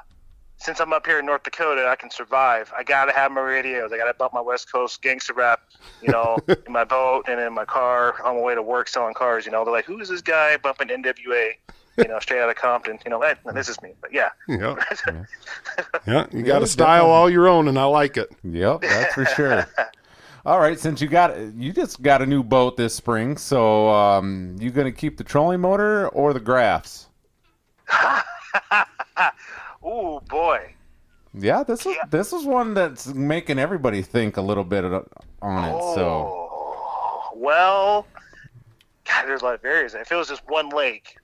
Speaker 5: since I'm up here in North Dakota, I can survive. I gotta have my radios. I gotta bump my West Coast gangster rap, you know, in my boat and in my car on my way to work selling cars. You know, they're like, "Who's this guy bumping NWA?" You know, straight out of Compton. You know, that, this is me. But yeah,
Speaker 1: Yeah. yeah. You got a style
Speaker 2: definitely.
Speaker 1: all your own, and I like it.
Speaker 2: Yep, that's for sure. All right, since you got you just got a new boat this spring, so um, you gonna keep the trolling motor or the graphs?
Speaker 5: Ooh boy.
Speaker 2: Yeah, this is this is one that's making everybody think a little bit o- on it. So
Speaker 5: Oh, well, God, there's a lot of areas. If it was just one lake,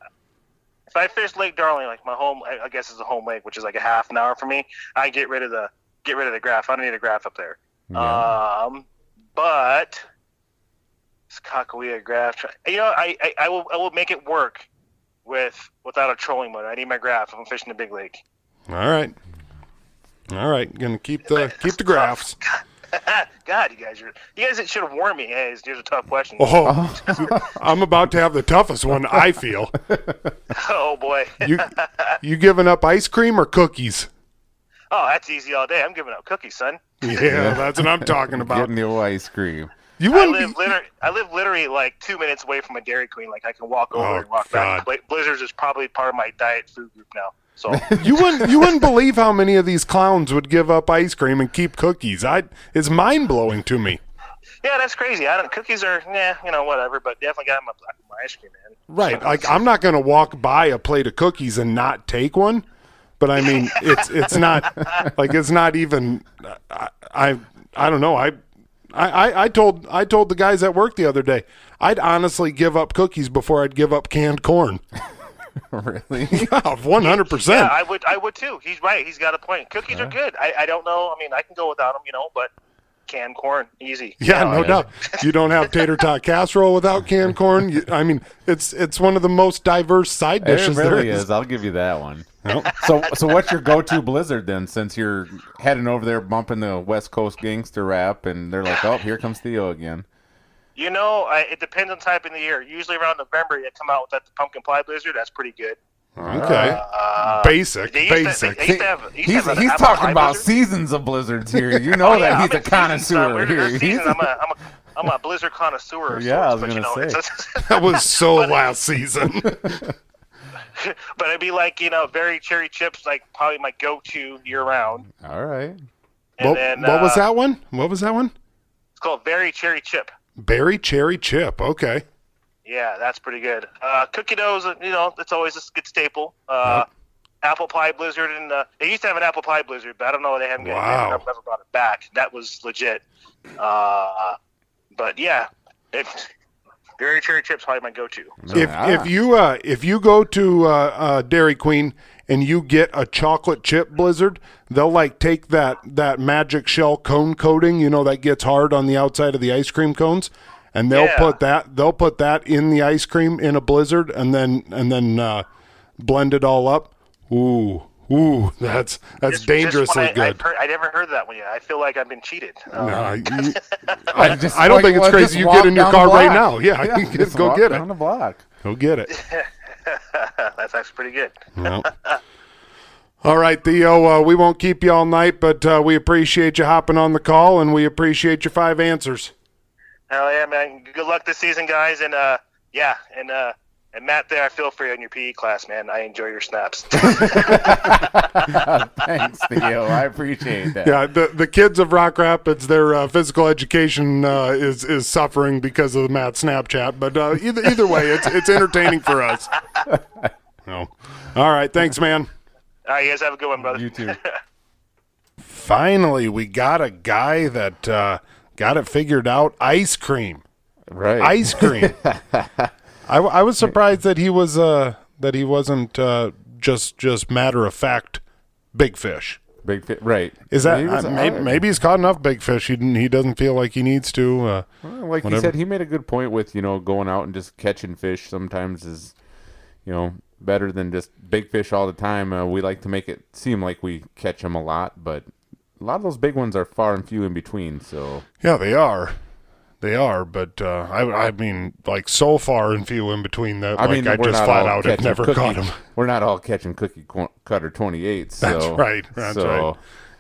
Speaker 5: if I fish Lake Darling, like my home, I I guess is a home lake, which is like a half an hour from me. I get rid of the get rid of the graph. I don't need a graph up there.
Speaker 2: yeah.
Speaker 5: Um, but this Kakawea graph, tri- you know, I, I I will I will make it work with without a trolling motor. I need my graph. if I'm fishing a big lake.
Speaker 1: All right. All right. Gonna keep the keep the graphs.
Speaker 5: God, you guys, are, you guys should have warned me. Hey, here's- here's a tough question.
Speaker 1: Oh, I'm about to have the toughest one. I feel
Speaker 5: oh boy.
Speaker 1: you you giving up ice cream or cookies?
Speaker 5: Oh, that's easy all day. I'm giving up cookies, son.
Speaker 1: Yeah, that's what I'm talking about.
Speaker 2: getting the ice cream.
Speaker 1: You
Speaker 5: I
Speaker 1: wouldn't
Speaker 5: live
Speaker 1: be,
Speaker 5: literally, I live literally like two minutes away from a Dairy Queen. Like I can walk over
Speaker 1: Oh,
Speaker 5: and walk back. Bla- Blizzards is probably part of my diet food group now. So
Speaker 1: you wouldn't you wouldn't believe how many of these clowns would give up ice cream and keep cookies. I it's mind blowing to me.
Speaker 5: yeah, that's crazy. I don't cookies are yeah, you know whatever, but definitely got my, my ice cream, man.
Speaker 1: Right. Like I'm not going to walk by a plate of cookies and not take one. But I mean, it's it's not like it's not even. I I, I don't know. I. I, I- I told I told the guys at work the other day I'd honestly give up cookies before I'd give up canned corn.
Speaker 2: really?
Speaker 1: One hundred
Speaker 5: Yeah,
Speaker 1: percent.
Speaker 5: I would, I would too. He's right. He's got a point. Cookies are good. I, I don't know. I mean, I can go without them, you know, but canned corn, easy.
Speaker 1: Yeah, no
Speaker 2: yeah.
Speaker 1: doubt. You don't have tater tot casserole without canned corn. You, I mean, it's it's one of the most diverse side
Speaker 2: It
Speaker 1: dishes
Speaker 2: really
Speaker 1: there is.
Speaker 2: is. I'll give you that one. So, so what's your go-to Blizzard then? Since you're heading over there, bumping the West Coast gangster rap, and they're like, "Oh, here comes Theo again."
Speaker 5: You know, I, it depends on type in the year. Usually around November, you come out with that pumpkin pie blizzard. That's pretty good.
Speaker 1: Okay,
Speaker 5: Uh,
Speaker 1: basic,
Speaker 5: they used
Speaker 1: basic.
Speaker 5: To, they used to have, they used to
Speaker 2: He's,
Speaker 5: have an
Speaker 2: he's
Speaker 5: apple
Speaker 2: talking
Speaker 5: pie
Speaker 2: about
Speaker 5: blizzard.
Speaker 2: seasons of blizzards here. You know that
Speaker 5: I'm
Speaker 2: he's Oh, a
Speaker 5: in seasons, uh,
Speaker 2: connoisseur
Speaker 5: we're- we're
Speaker 2: here. He's-
Speaker 5: seasons. I'm a, I'm a, I'm a blizzard connoisseur. of
Speaker 2: Yeah, I
Speaker 5: sorts,
Speaker 2: was
Speaker 5: but,
Speaker 2: gonna
Speaker 5: you know,
Speaker 2: say.
Speaker 5: it's-
Speaker 1: that was so last season.
Speaker 5: but it'd be like you know, very cherry chips, like probably my go-to year-round.
Speaker 2: All right.
Speaker 5: And
Speaker 1: what,
Speaker 5: then
Speaker 1: what was
Speaker 5: uh,
Speaker 1: that one? What was that one?
Speaker 5: It's called very cherry chip.
Speaker 1: Berry cherry chip. Okay.
Speaker 5: Yeah, that's pretty good. Uh, cookie doughs, uh, you know, it's always a s- good staple. Uh, Apple pie blizzard, and uh, they used to have an apple pie blizzard, but I don't know they haven't.
Speaker 1: Wow.
Speaker 5: I've never brought it back. That was legit. Uh, but yeah, if, very cherry chips probably my go-to.
Speaker 1: If
Speaker 2: Ah.
Speaker 1: if you uh, if you go to uh, uh, Dairy Queen and you get a chocolate chip blizzard, they'll like take that that magic shell cone coating, you know, that gets hard on the outside of the ice cream cones, and they'll
Speaker 5: Yeah.
Speaker 1: put that they'll put that in the ice cream in a blizzard and then and then uh, blend it all up. Ooh, ooh, that's that's
Speaker 5: Just- just
Speaker 1: dangerously
Speaker 5: one I, I've
Speaker 1: good.
Speaker 5: heard, I never heard that one yet. I feel like I've been cheated. Uh,
Speaker 1: Nah, you-
Speaker 2: I, just,
Speaker 1: I don't think it's
Speaker 2: well,
Speaker 1: crazy
Speaker 2: just
Speaker 1: you
Speaker 2: walk
Speaker 1: get in your
Speaker 2: down the
Speaker 1: car right
Speaker 2: block.
Speaker 1: now. Yeah, you can
Speaker 2: just
Speaker 1: go
Speaker 2: walk
Speaker 1: get it.
Speaker 2: down the block.
Speaker 1: Go get it.
Speaker 5: that's actually pretty good.
Speaker 1: No. All right, Theo, uh, we won't keep you all night, but uh, we appreciate you hopping on the call and we appreciate your five answers.
Speaker 5: Hell yeah, man! Good luck this season, guys, and uh, yeah, and uh, and Matt, there, I feel for you in your PE class, man. I enjoy your snaps.
Speaker 2: Thanks, Theo. I appreciate that.
Speaker 1: Yeah, the, the kids of Rock Rapids, their uh, physical education uh, is, is suffering because of Matt Snapchat, but uh, either, either way, it's, it's entertaining for us. No. All right, thanks, man.
Speaker 5: All right, you guys have a good one, brother.
Speaker 2: You too.
Speaker 1: Finally, we got a guy that uh, got it figured out ice cream.
Speaker 2: Right.
Speaker 1: ice cream. I, w- I was surprised that he was uh that he wasn't uh just just matter of fact big fish.
Speaker 2: Big fit. Right.
Speaker 1: Is that
Speaker 2: He was
Speaker 1: uh,
Speaker 2: all
Speaker 1: may-
Speaker 2: right.
Speaker 1: maybe he's caught enough big fish? He didn't, he doesn't feel like he needs to. Uh,
Speaker 2: Well, like
Speaker 1: Whatever.
Speaker 2: he said, he made a good point with you know going out and just catching fish. Sometimes is you know better than just big fish all the time. Uh, we like to make it seem like we catch them a lot, but a lot of those big ones are far and few in between. So
Speaker 1: yeah, they are, they are. But uh, I I mean like so far and few in between that
Speaker 2: I
Speaker 1: like
Speaker 2: mean,
Speaker 1: I
Speaker 2: we're
Speaker 1: just
Speaker 2: not
Speaker 1: flat
Speaker 2: all
Speaker 1: out have
Speaker 2: catching
Speaker 1: never
Speaker 2: cookie,
Speaker 1: caught him.
Speaker 2: We're not all catching cookie qu- cutter twenty eight. So
Speaker 1: That's right. That's
Speaker 2: so
Speaker 1: right.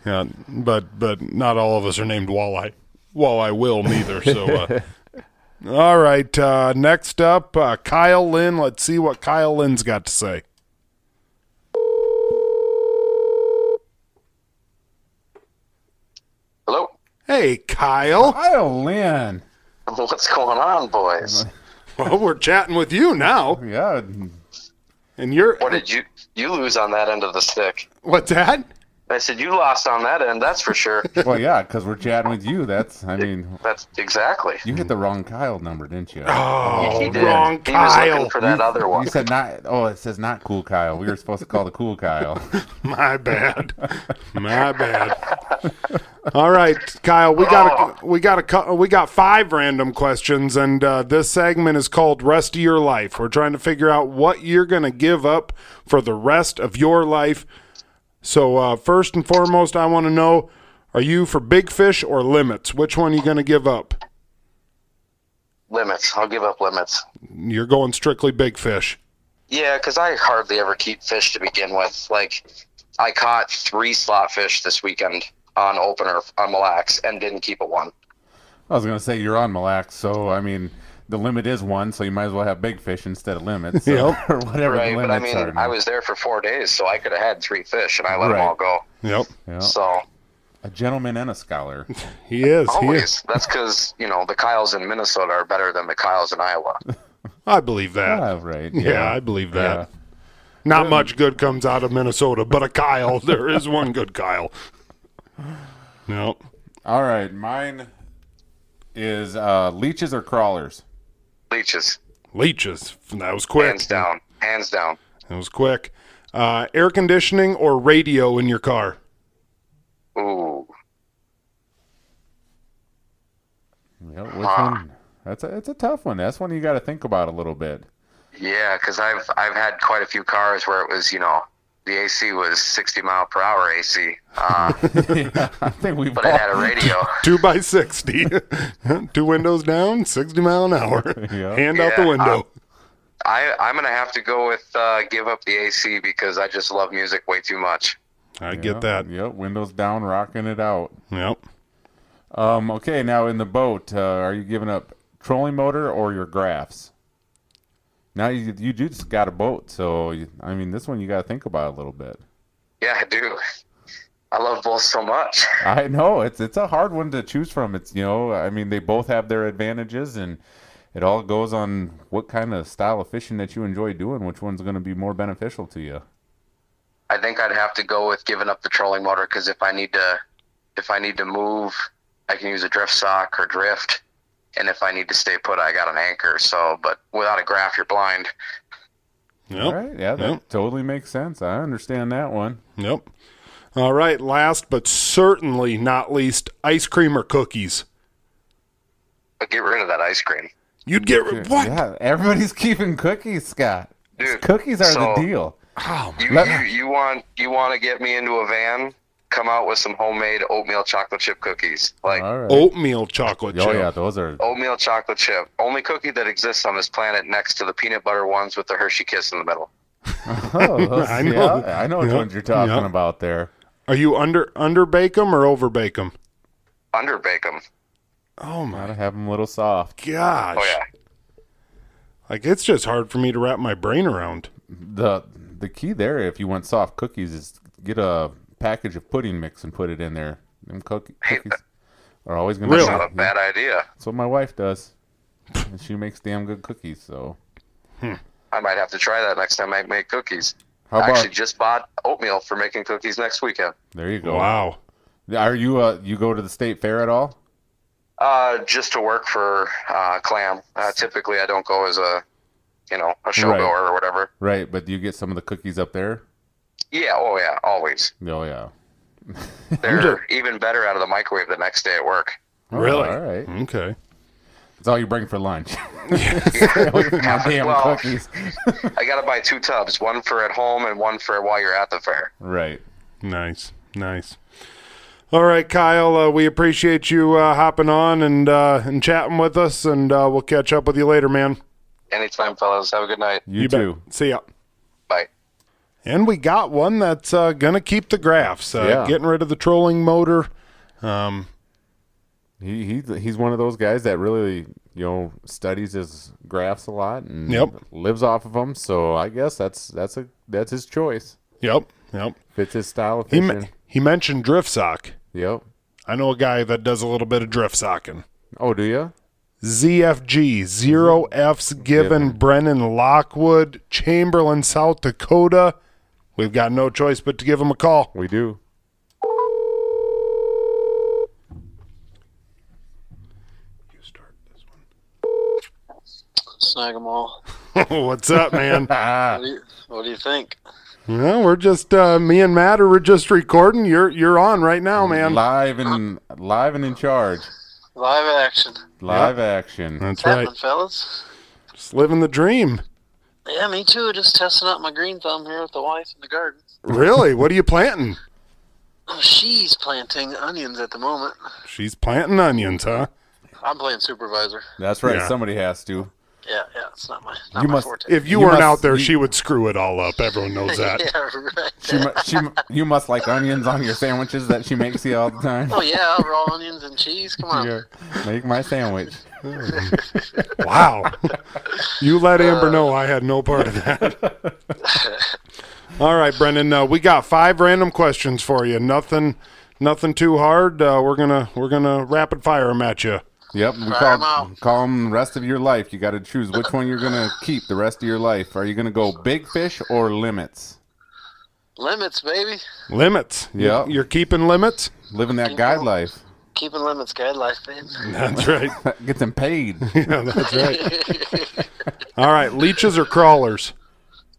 Speaker 1: Yeah, but but not all of us are named Walleye. Walleye Will neither. So, uh, all right. Uh, next up, uh, Kyle Lynn. Let's see what Kyle Lynn's got to say.
Speaker 6: Hello.
Speaker 1: Hey, Hey, Kyle.
Speaker 2: Kyle Lynn.
Speaker 6: What's going on, boys?
Speaker 1: Well, we're chatting with you now,
Speaker 2: Yeah.
Speaker 1: and you're
Speaker 6: What did you you lose on that end of the stick?
Speaker 1: what's that?
Speaker 6: I said you lost on that end. That's for sure.
Speaker 2: Well, yeah, because we're chatting with you. That's, I mean,
Speaker 6: That's exactly.
Speaker 2: you hit the wrong Kyle number, didn't you?
Speaker 1: Oh,
Speaker 6: he did.
Speaker 1: wrong
Speaker 6: he was
Speaker 1: Kyle.
Speaker 6: looking for that other one.
Speaker 2: You said not. Oh, it says not cool Kyle. We were supposed to call the cool Kyle.
Speaker 1: My bad. My bad. All right, Kyle, we got a, we got a cou- we got five random questions and uh, this segment is called Rest of Your Life. We're trying to figure out what you're going to give up for the rest of your life. So, uh, first and foremost, I want to know are you for big fish or limits? Which one are you going to give up?
Speaker 6: Limits. I'll give up limits.
Speaker 1: You're going strictly big fish.
Speaker 6: Yeah, because I hardly ever keep fish to begin with. Like, I caught three slot fish this weekend on opener on Mille Lacs and didn't keep a one.
Speaker 2: I was gonna say you're on Mille Lacs, so I mean the limit is one, so you might as well have big fish instead of limits, so-
Speaker 1: Yep.
Speaker 2: or whatever
Speaker 6: Right,
Speaker 2: the
Speaker 6: but I
Speaker 2: limits
Speaker 6: mean,
Speaker 2: are.
Speaker 6: I was there for four days, so I could have had three fish, and I let
Speaker 2: Right.
Speaker 6: them all go.
Speaker 1: Yep.
Speaker 2: Yep.
Speaker 6: So
Speaker 2: a gentleman and a scholar.
Speaker 1: He is. He is.
Speaker 6: always, that's because you know the Kyles in Minnesota are better than the Kyles in Iowa.
Speaker 1: I believe that.
Speaker 2: Ah, right.
Speaker 1: Yeah, I believe that. Not much good comes out of Minnesota, but a Kyle. there is one good Kyle. No.
Speaker 2: All right, mine is uh, leeches or crawlers.
Speaker 6: Leeches,
Speaker 1: Leeches. That was
Speaker 6: hands
Speaker 1: quick.
Speaker 6: down, hands down.
Speaker 1: That was quick. Uh, air conditioning or radio in your car?
Speaker 6: Ooh,
Speaker 2: Yep, which one? That's a it's a tough one. That's one you got to think about a little bit.
Speaker 6: yeah, because I've I've had quite a few cars where it was you know the AC was 60 mile per hour AC, uh,
Speaker 2: I think we've
Speaker 6: but it had
Speaker 2: all,
Speaker 6: a radio.
Speaker 1: Two by 60. Two windows down, 60 mile an hour.
Speaker 2: Yeah.
Speaker 1: Hand out the
Speaker 6: Yeah,
Speaker 1: window.
Speaker 6: I, I'm gonna have to go with uh, give up the AC because I just love music way too much.
Speaker 1: I get that.
Speaker 2: Yep, windows down, rocking it out.
Speaker 1: Yep.
Speaker 2: Um, okay, now in the boat, uh, are you giving up trolling motor or your graphs? Now you you do just got a boat, so you, I mean this one you got to think about a little bit.
Speaker 6: Yeah, I do. I love both so much.
Speaker 2: I know it's it's a hard one to choose from. It's you know I mean they both have their advantages, and it all goes on what kind of style of fishing that you enjoy doing. Which one's going to be more beneficial to you?
Speaker 6: I think I'd have to go with giving up the trolling motor because if I need to, if I need to move, I can use a drift sock or drift, and if I need to stay put, I got an anchor. So, but without a graph, you're blind.
Speaker 1: Yep.
Speaker 2: All right, yeah, that
Speaker 1: Yep.
Speaker 2: totally makes sense. I understand that one.
Speaker 1: Yep. All right. Last but certainly not least, ice cream or cookies?
Speaker 6: But get rid of that ice cream.
Speaker 1: You'd get rid What?
Speaker 2: Yeah, everybody's keeping cookies, Scott.
Speaker 6: Dude,
Speaker 2: cookies are
Speaker 6: so-
Speaker 2: the deal.
Speaker 1: Oh,
Speaker 6: You,
Speaker 2: Let-
Speaker 6: you, you want you want to get me into a van? Come out with some homemade oatmeal chocolate chip cookies, like
Speaker 2: All right.
Speaker 1: oatmeal chocolate
Speaker 2: Oh
Speaker 1: chip.
Speaker 2: yeah, those are
Speaker 6: oatmeal chocolate chip, only cookie that exists on this planet, next to the peanut butter ones with the Hershey Kiss in the middle.
Speaker 2: Oh, those-
Speaker 1: I know.
Speaker 2: yeah, I know which
Speaker 1: Yep,
Speaker 2: ones you're talking
Speaker 1: yep.
Speaker 2: about there.
Speaker 1: Are you under under bake 'em or over bake 'em?
Speaker 6: Underbake them.
Speaker 1: Oh my
Speaker 2: Gotta have them a little soft.
Speaker 1: gosh!
Speaker 6: Oh yeah.
Speaker 1: Like it's just hard for me to wrap my brain around.
Speaker 2: the The key there, if you want soft cookies, is get a package of pudding mix and put it in there. Them cookie, cookies are always gonna.
Speaker 1: Really?
Speaker 2: Be,
Speaker 6: Not a bad idea.
Speaker 2: That's what my wife does. And she makes damn good cookies. So
Speaker 6: I might have to try that next time I make cookies.
Speaker 2: how
Speaker 6: I
Speaker 2: about
Speaker 6: actually just bought oatmeal for making cookies next weekend.
Speaker 2: there? You go.
Speaker 1: Wow!
Speaker 2: Are you uh you go to the state fair at all?
Speaker 6: Uh, just to work for uh, Clam. Uh, typically, I don't go as a, you know, a show
Speaker 2: Right.
Speaker 6: goer or whatever.
Speaker 2: Right, but do you get some of the cookies up there?
Speaker 6: Yeah, oh yeah, always.
Speaker 2: Oh yeah.
Speaker 6: They're even better out of the microwave the next day at work.
Speaker 2: Oh,
Speaker 1: Really?
Speaker 2: All right.
Speaker 1: Okay.
Speaker 2: It's all you bring for lunch. Stay away from my damn
Speaker 6: Well-
Speaker 2: cookies.
Speaker 6: I gotta buy two tubs, one for at home and one for while you're at the fair.
Speaker 2: Right.
Speaker 1: Nice, nice. All right, Kyle. Uh, we appreciate you uh, hopping on and uh, and chatting with us, and uh, we'll catch up with you later, man.
Speaker 6: Anytime, fellas. Have a good night.
Speaker 2: You,
Speaker 1: bet.
Speaker 2: too.
Speaker 1: See ya.
Speaker 6: Bye.
Speaker 1: And we got one that's uh, gonna keep the graphs. Uh,
Speaker 2: Yeah.
Speaker 1: Getting rid of the trolling motor. Um,
Speaker 2: He, he he's one of those guys that really you know studies his graphs a lot and
Speaker 1: Yep.
Speaker 2: lives off of them. So I guess that's that's a that's his choice.
Speaker 1: yep, yep.
Speaker 2: Fits his style of
Speaker 1: He
Speaker 2: fishing.
Speaker 1: me- he mentioned drift sock.
Speaker 2: yep.
Speaker 1: I know a guy that does a little bit of drift socking.
Speaker 2: Oh, do you?
Speaker 1: ZFG, zero F's given
Speaker 2: Given.
Speaker 1: Brennan Lockwood, Chamberlain, South Dakota. We've got no choice but to give him a call.
Speaker 2: We do.
Speaker 3: Snag them all.
Speaker 1: What's up, man?
Speaker 2: Ah,
Speaker 3: What do you, what do you think?
Speaker 1: well, we're just uh, me and Matt are just recording. You're you're on right now, man.
Speaker 2: Live and live and in charge.
Speaker 3: Live action.
Speaker 2: Live action.
Speaker 1: That's
Speaker 3: What's happening,
Speaker 1: right.
Speaker 3: fellas?
Speaker 1: Just living the dream.
Speaker 3: Yeah, me too. Just testing out my green thumb here with the wife in the garden.
Speaker 1: Really? What are you planting?
Speaker 3: Oh, she's planting onions at the moment.
Speaker 1: She's planting onions, huh?
Speaker 3: I'm playing supervisor.
Speaker 2: That's right.
Speaker 1: Yeah.
Speaker 2: Somebody has to.
Speaker 3: Yeah, yeah, it's not my, not
Speaker 2: You
Speaker 3: my
Speaker 2: must-
Speaker 3: forte.
Speaker 1: If you,
Speaker 2: You
Speaker 1: weren't
Speaker 2: must-
Speaker 1: out there,
Speaker 2: you-
Speaker 1: she would screw it all up. Everyone knows that.
Speaker 3: yeah, right.
Speaker 2: She, mu- she, mu- you must like onions on your sandwiches that she makes you all the time.
Speaker 3: Oh yeah, raw onions and cheese. Come on.
Speaker 2: Here, Make my sandwich.
Speaker 1: Wow. you let Amber know I had no part of that. All right, Brendan, uh, we got five random questions for you. Nothing nothing too hard. Uh, we're going to we're going to rapid fire 'em at you.
Speaker 2: Yep, we
Speaker 3: Fire 'em
Speaker 2: call,
Speaker 3: out.
Speaker 2: call 'em the rest of your life. You got to choose which one you're going to keep the rest of your life. Are you going to go big fish or limits?
Speaker 3: Limits, baby.
Speaker 1: Limits.
Speaker 2: Yeah.
Speaker 1: You're, you're keeping limits?
Speaker 2: Living that guide life.
Speaker 3: Keeping limits, good life, babe.
Speaker 1: That's right.
Speaker 2: Get them paid.
Speaker 1: Yeah, that's right. All right, leeches or crawlers?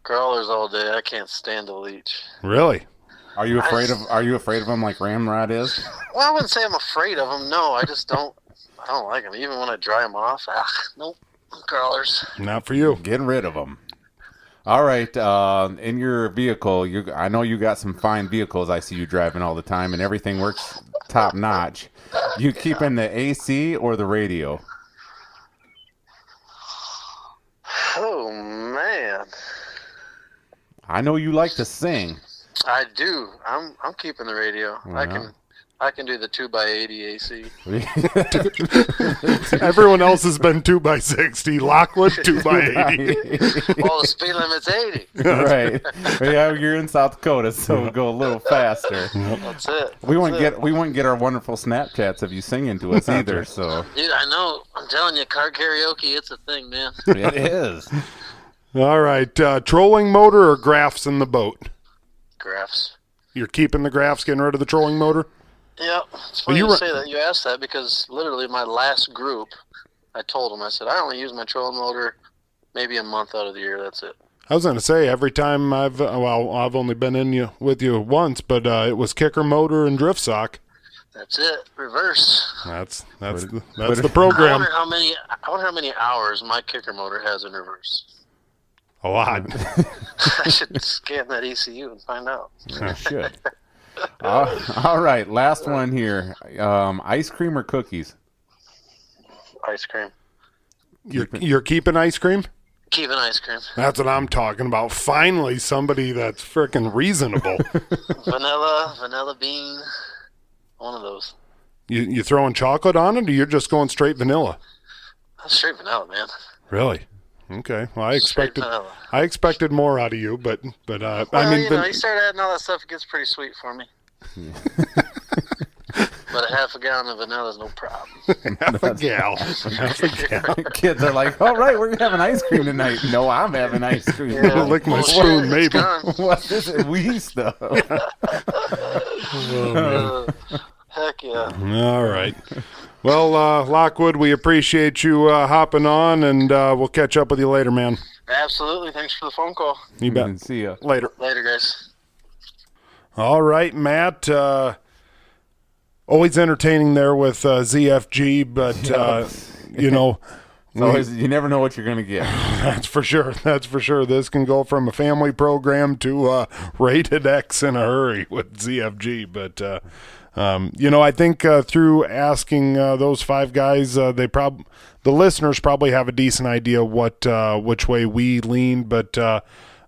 Speaker 3: Crawlers all day. I can't stand a leech.
Speaker 1: Really?
Speaker 2: Are you afraid of Are you afraid of them like Ramrod is?
Speaker 3: Well, I wouldn't say I'm afraid of them. No, I just don't. I don't like them. Even when I dry them off, ah, nope. Crawlers.
Speaker 1: Not for you.
Speaker 2: Get rid of them. All right. Uh, in your vehicle, you I know you got some fine vehicles. I see you driving all the time, and everything works top notch. You keeping the AC or the radio?
Speaker 3: Oh man,
Speaker 2: I know you like to sing.
Speaker 3: I do. I'm I'm keeping the radio. I can I can do the two by eighty AC.
Speaker 1: Everyone else has been 2 by 60 Lockwood 2 by 80
Speaker 3: Well, the speed limit's eighty.
Speaker 2: right. Yeah, you're in South Dakota, so go a little faster.
Speaker 3: That's it.
Speaker 2: We won't
Speaker 3: That's it.
Speaker 2: get we won't get our wonderful Snapchats of you singing to us either. So
Speaker 3: Dude, I know. I'm telling you, car karaoke, it's a thing, man.
Speaker 2: it is.
Speaker 1: All right, uh, trolling motor or graphs in the boat?
Speaker 3: Graphs.
Speaker 1: You're keeping the graphs, getting rid of the trolling motor?
Speaker 3: Yep. It's funny
Speaker 1: you
Speaker 3: you,
Speaker 1: were-
Speaker 3: say that. You asked that because literally my last group, I told them, I said, I only use my trolling motor maybe a month out of the year. That's it.
Speaker 1: I was going to say every time I've uh, well, I've only been in you with you once, but uh, it was kicker motor and drift sock.
Speaker 3: That's it. Reverse.
Speaker 1: That's that's the,
Speaker 2: put
Speaker 1: that's
Speaker 2: it-
Speaker 1: the
Speaker 3: I
Speaker 1: program.
Speaker 3: wonder how many. I wonder how many hours my kicker motor has in reverse.
Speaker 1: A lot.
Speaker 3: I should scan that ECU and find out.
Speaker 2: You should. Uh, all right, last one here. Um, ice cream or cookies?
Speaker 3: Ice cream.
Speaker 1: You're you're keeping ice cream.
Speaker 3: Keeping ice cream.
Speaker 1: That's what I'm talking about. Finally, somebody that's freaking reasonable.
Speaker 3: vanilla, vanilla bean. One of those.
Speaker 1: you you throwing chocolate on it, or you're just going straight vanilla?
Speaker 3: That's straight vanilla, man.
Speaker 1: Really? Okay. Well, I
Speaker 3: Straight
Speaker 1: expected
Speaker 3: vanilla.
Speaker 1: I expected more out of you, but but uh,
Speaker 3: Well,
Speaker 1: I mean,
Speaker 3: you
Speaker 1: van-
Speaker 3: know, you start adding all that stuff, it gets pretty sweet for me. but a half a gallon of vanilla is no problem.
Speaker 1: half a gal, half a gal.
Speaker 2: Kids are like, all right, we're having ice cream tonight. No, I'm having ice cream.
Speaker 1: Yeah. lick my
Speaker 3: Bullshit,
Speaker 1: spoon,
Speaker 3: it's
Speaker 1: maybe.
Speaker 3: gone.
Speaker 2: What is it? We stuff.
Speaker 3: Uh, heck yeah.
Speaker 1: All right. Well, uh, Lockwood, we appreciate you uh, hopping on, and uh, we'll catch up with you later, man.
Speaker 3: Absolutely. Thanks for the phone call.
Speaker 1: You bet.
Speaker 2: See ya.
Speaker 1: Later.
Speaker 3: Later, guys.
Speaker 1: All right, Matt. Uh, always entertaining there with uh, ZFG, but uh, you know.
Speaker 2: It's always, you never know what you're gonna get.
Speaker 1: That's for sure. That's for sure. This can go from a family program to uh, rated X in a hurry with ZFG. But uh, um, you know, I think uh, through asking uh, those five guys, uh, they prob the listeners probably have a decent idea what uh, which way we lean. But uh,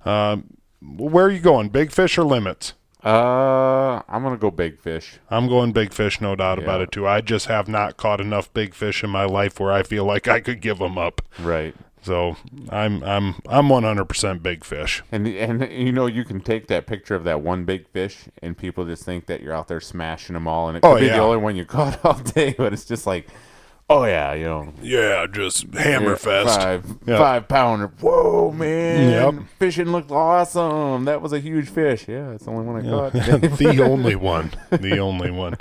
Speaker 1: uh, where are you going? Big fish or limits?
Speaker 2: Uh, I'm gonna go big fish.
Speaker 1: I'm going big fish, no doubt about
Speaker 2: Yeah.
Speaker 1: it too. I just have not caught enough big fish in my life where I feel like I could give them up.
Speaker 2: Right.
Speaker 1: So I'm I'm I'm 100% big fish.
Speaker 2: And and you know you can take that picture of that one big fish, and people just think that you're out there smashing them all, and it could
Speaker 1: Oh,
Speaker 2: be
Speaker 1: yeah.
Speaker 2: the only one you caught all day. But it's just like, oh yeah, you know,
Speaker 1: Yeah, just hammer
Speaker 2: five
Speaker 1: Yeah.
Speaker 2: five pounder. Whoa man,
Speaker 1: Yep.
Speaker 2: fishing looked awesome. That was a huge fish. Yeah, it's the only one I caught.
Speaker 1: the only one. The only one.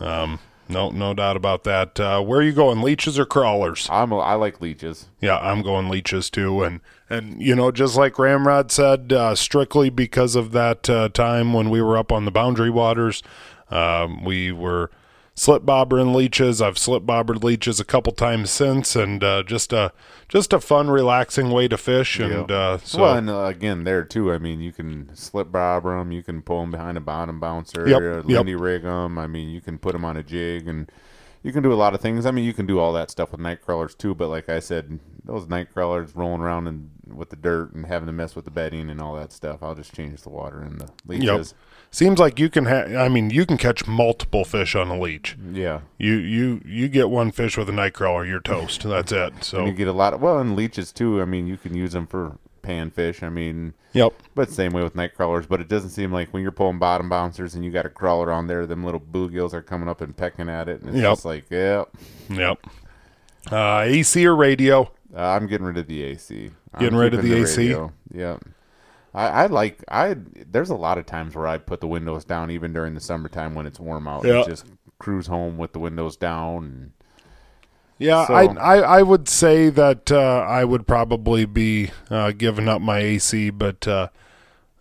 Speaker 1: Um, no, no doubt about that. Uh, where are you going, leeches or crawlers?
Speaker 2: I'm a, I like leeches.
Speaker 1: Yeah, I'm going leeches too, and and you know, just like Ramrod said, uh, strictly because of that uh, time when we were up on the boundary waters, um, we were slip bobbering leeches. I've slip bobbered leeches a couple times since, and uh, just a just a fun, relaxing way to fish. And uh, so,
Speaker 2: well, and uh, again, there too. I mean, you can slip bobber 'em, you can pull them behind a bottom bouncer,
Speaker 1: Yep,
Speaker 2: or
Speaker 1: yep.
Speaker 2: Lindy rig 'em. I mean, you can put them on a jig, and you can do a lot of things. I mean, you can do all that stuff with night crawlers too. But like I said, those night crawlers rolling around and with the dirt and having to mess with the bedding and all that stuff. I'll just change the water and the
Speaker 1: yep.
Speaker 2: leeches.
Speaker 1: seems like you can have. I mean, you can catch multiple fish on a leech.
Speaker 2: Yeah,
Speaker 1: You you you get one fish with a nightcrawler, you're toast. That's it.
Speaker 2: and you
Speaker 1: So
Speaker 2: get a lot. Of, well, and leeches too. I mean, you can use them for panfish. I mean,
Speaker 1: yep.
Speaker 2: But same way with night crawlers, but it doesn't seem like when you're pulling bottom bouncers and you got a crawler on there, them little bluegills are coming up and pecking at it, and it's
Speaker 1: Yep.
Speaker 2: just like, yep,
Speaker 1: Yep. Uh, AC or radio?
Speaker 2: uh, I'm getting rid of the AC. I'm
Speaker 1: Getting rid of
Speaker 2: keeping
Speaker 1: the AC?
Speaker 2: radio. Yep. I, I like I. There's a lot of times where I put the windows down, even during the summertime when it's warm out. and
Speaker 1: Yeah.
Speaker 2: Just cruise home with the windows down. And,
Speaker 1: Yeah,
Speaker 2: So-
Speaker 1: I, I I would say that uh, I would probably be uh, giving up my AC, but uh,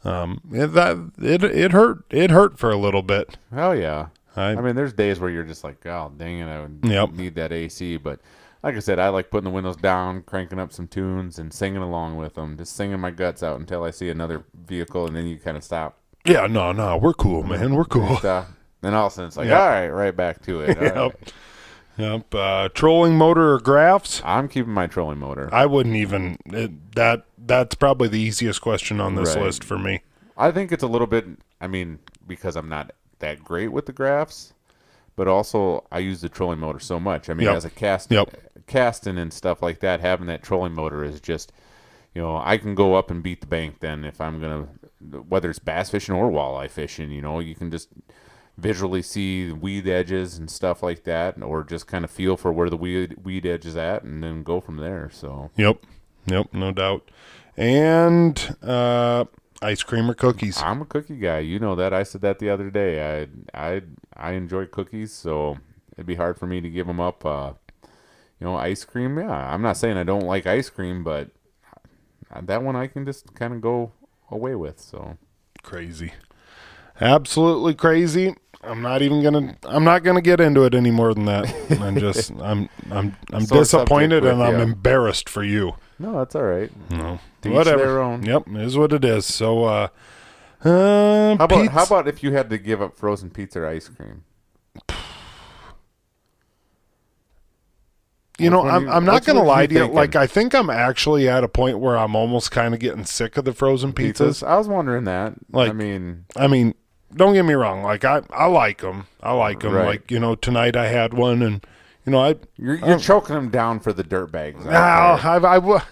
Speaker 1: um, it, that it it hurt it hurt for a little bit.
Speaker 2: oh yeah.
Speaker 1: I,
Speaker 2: I mean, there's days where you're just like, oh, dang it, I would
Speaker 1: Yep.
Speaker 2: need that AC. But like I said, I like putting the windows down, cranking up some tunes, and singing along with them. Just singing my guts out until I see another vehicle, and then you kind of stop.
Speaker 1: yeah, no, no, we're cool, man, we're cool.
Speaker 2: stop. Then all of a sudden, it's like,
Speaker 1: Yep.
Speaker 2: all right, right back to it. All
Speaker 1: Yep,
Speaker 2: right.
Speaker 1: yep. Uh, trolling motor or graphs?
Speaker 2: I'm keeping my trolling motor.
Speaker 1: I wouldn't even it, that. That's probably the easiest question on this
Speaker 2: Right.
Speaker 1: list for me.
Speaker 2: I think it's a little bit, I mean, because I'm not that great with the graphs, but also I use the trolling motor so much. I mean,
Speaker 1: Yep.
Speaker 2: as a cast,
Speaker 1: Yep.
Speaker 2: casting and stuff like that, having that trolling motor is just, you know, I can go up and beat the bank then if I'm going to, whether it's bass fishing or walleye fishing, you know, you can just visually see weed edges and stuff like that, or just kind of feel for where the weed, weed edge is at and then go from there. So
Speaker 1: Yep. Yep, no doubt. And uh ice cream or cookies.
Speaker 2: I'm a cookie guy. You know that. I said that the other day. I I I enjoy cookies, so it'd be hard for me to give them up. Uh, you know, ice cream. Yeah, I'm not saying I don't like ice cream, but that one I can just kind of go away with. So
Speaker 1: Crazy. Absolutely crazy. I'm not even gonna I'm not gonna get into it any more than that. I'm just I'm I'm I'm
Speaker 2: Sore
Speaker 1: disappointed
Speaker 2: subject with
Speaker 1: and I'm
Speaker 2: you.
Speaker 1: embarrassed for you.
Speaker 2: no, that's all right.
Speaker 1: No.
Speaker 2: To each
Speaker 1: Whatever.
Speaker 2: their own.
Speaker 1: Yep, is what it is. So uh uh,
Speaker 2: How about how
Speaker 1: pizza-
Speaker 2: about if you had to give up frozen pizza or ice cream?
Speaker 1: you know
Speaker 2: which one
Speaker 1: I'm,
Speaker 2: you-
Speaker 1: I'm not
Speaker 2: which
Speaker 1: gonna
Speaker 2: one you
Speaker 1: lie to you
Speaker 2: thinking?
Speaker 1: like I think I'm actually at a point where I'm almost kind of getting sick of the frozen pizzas.
Speaker 2: I was wondering that.
Speaker 1: Like-
Speaker 2: I mean,
Speaker 1: I mean, don't get me wrong. Like I, I like them. I like them.
Speaker 2: Right.
Speaker 1: Like you know, tonight I had one, and you know, I,
Speaker 2: you're
Speaker 1: um,
Speaker 2: you're choking them down for the dirt bags. out
Speaker 1: Ow,
Speaker 2: there.
Speaker 1: I've, I, wa-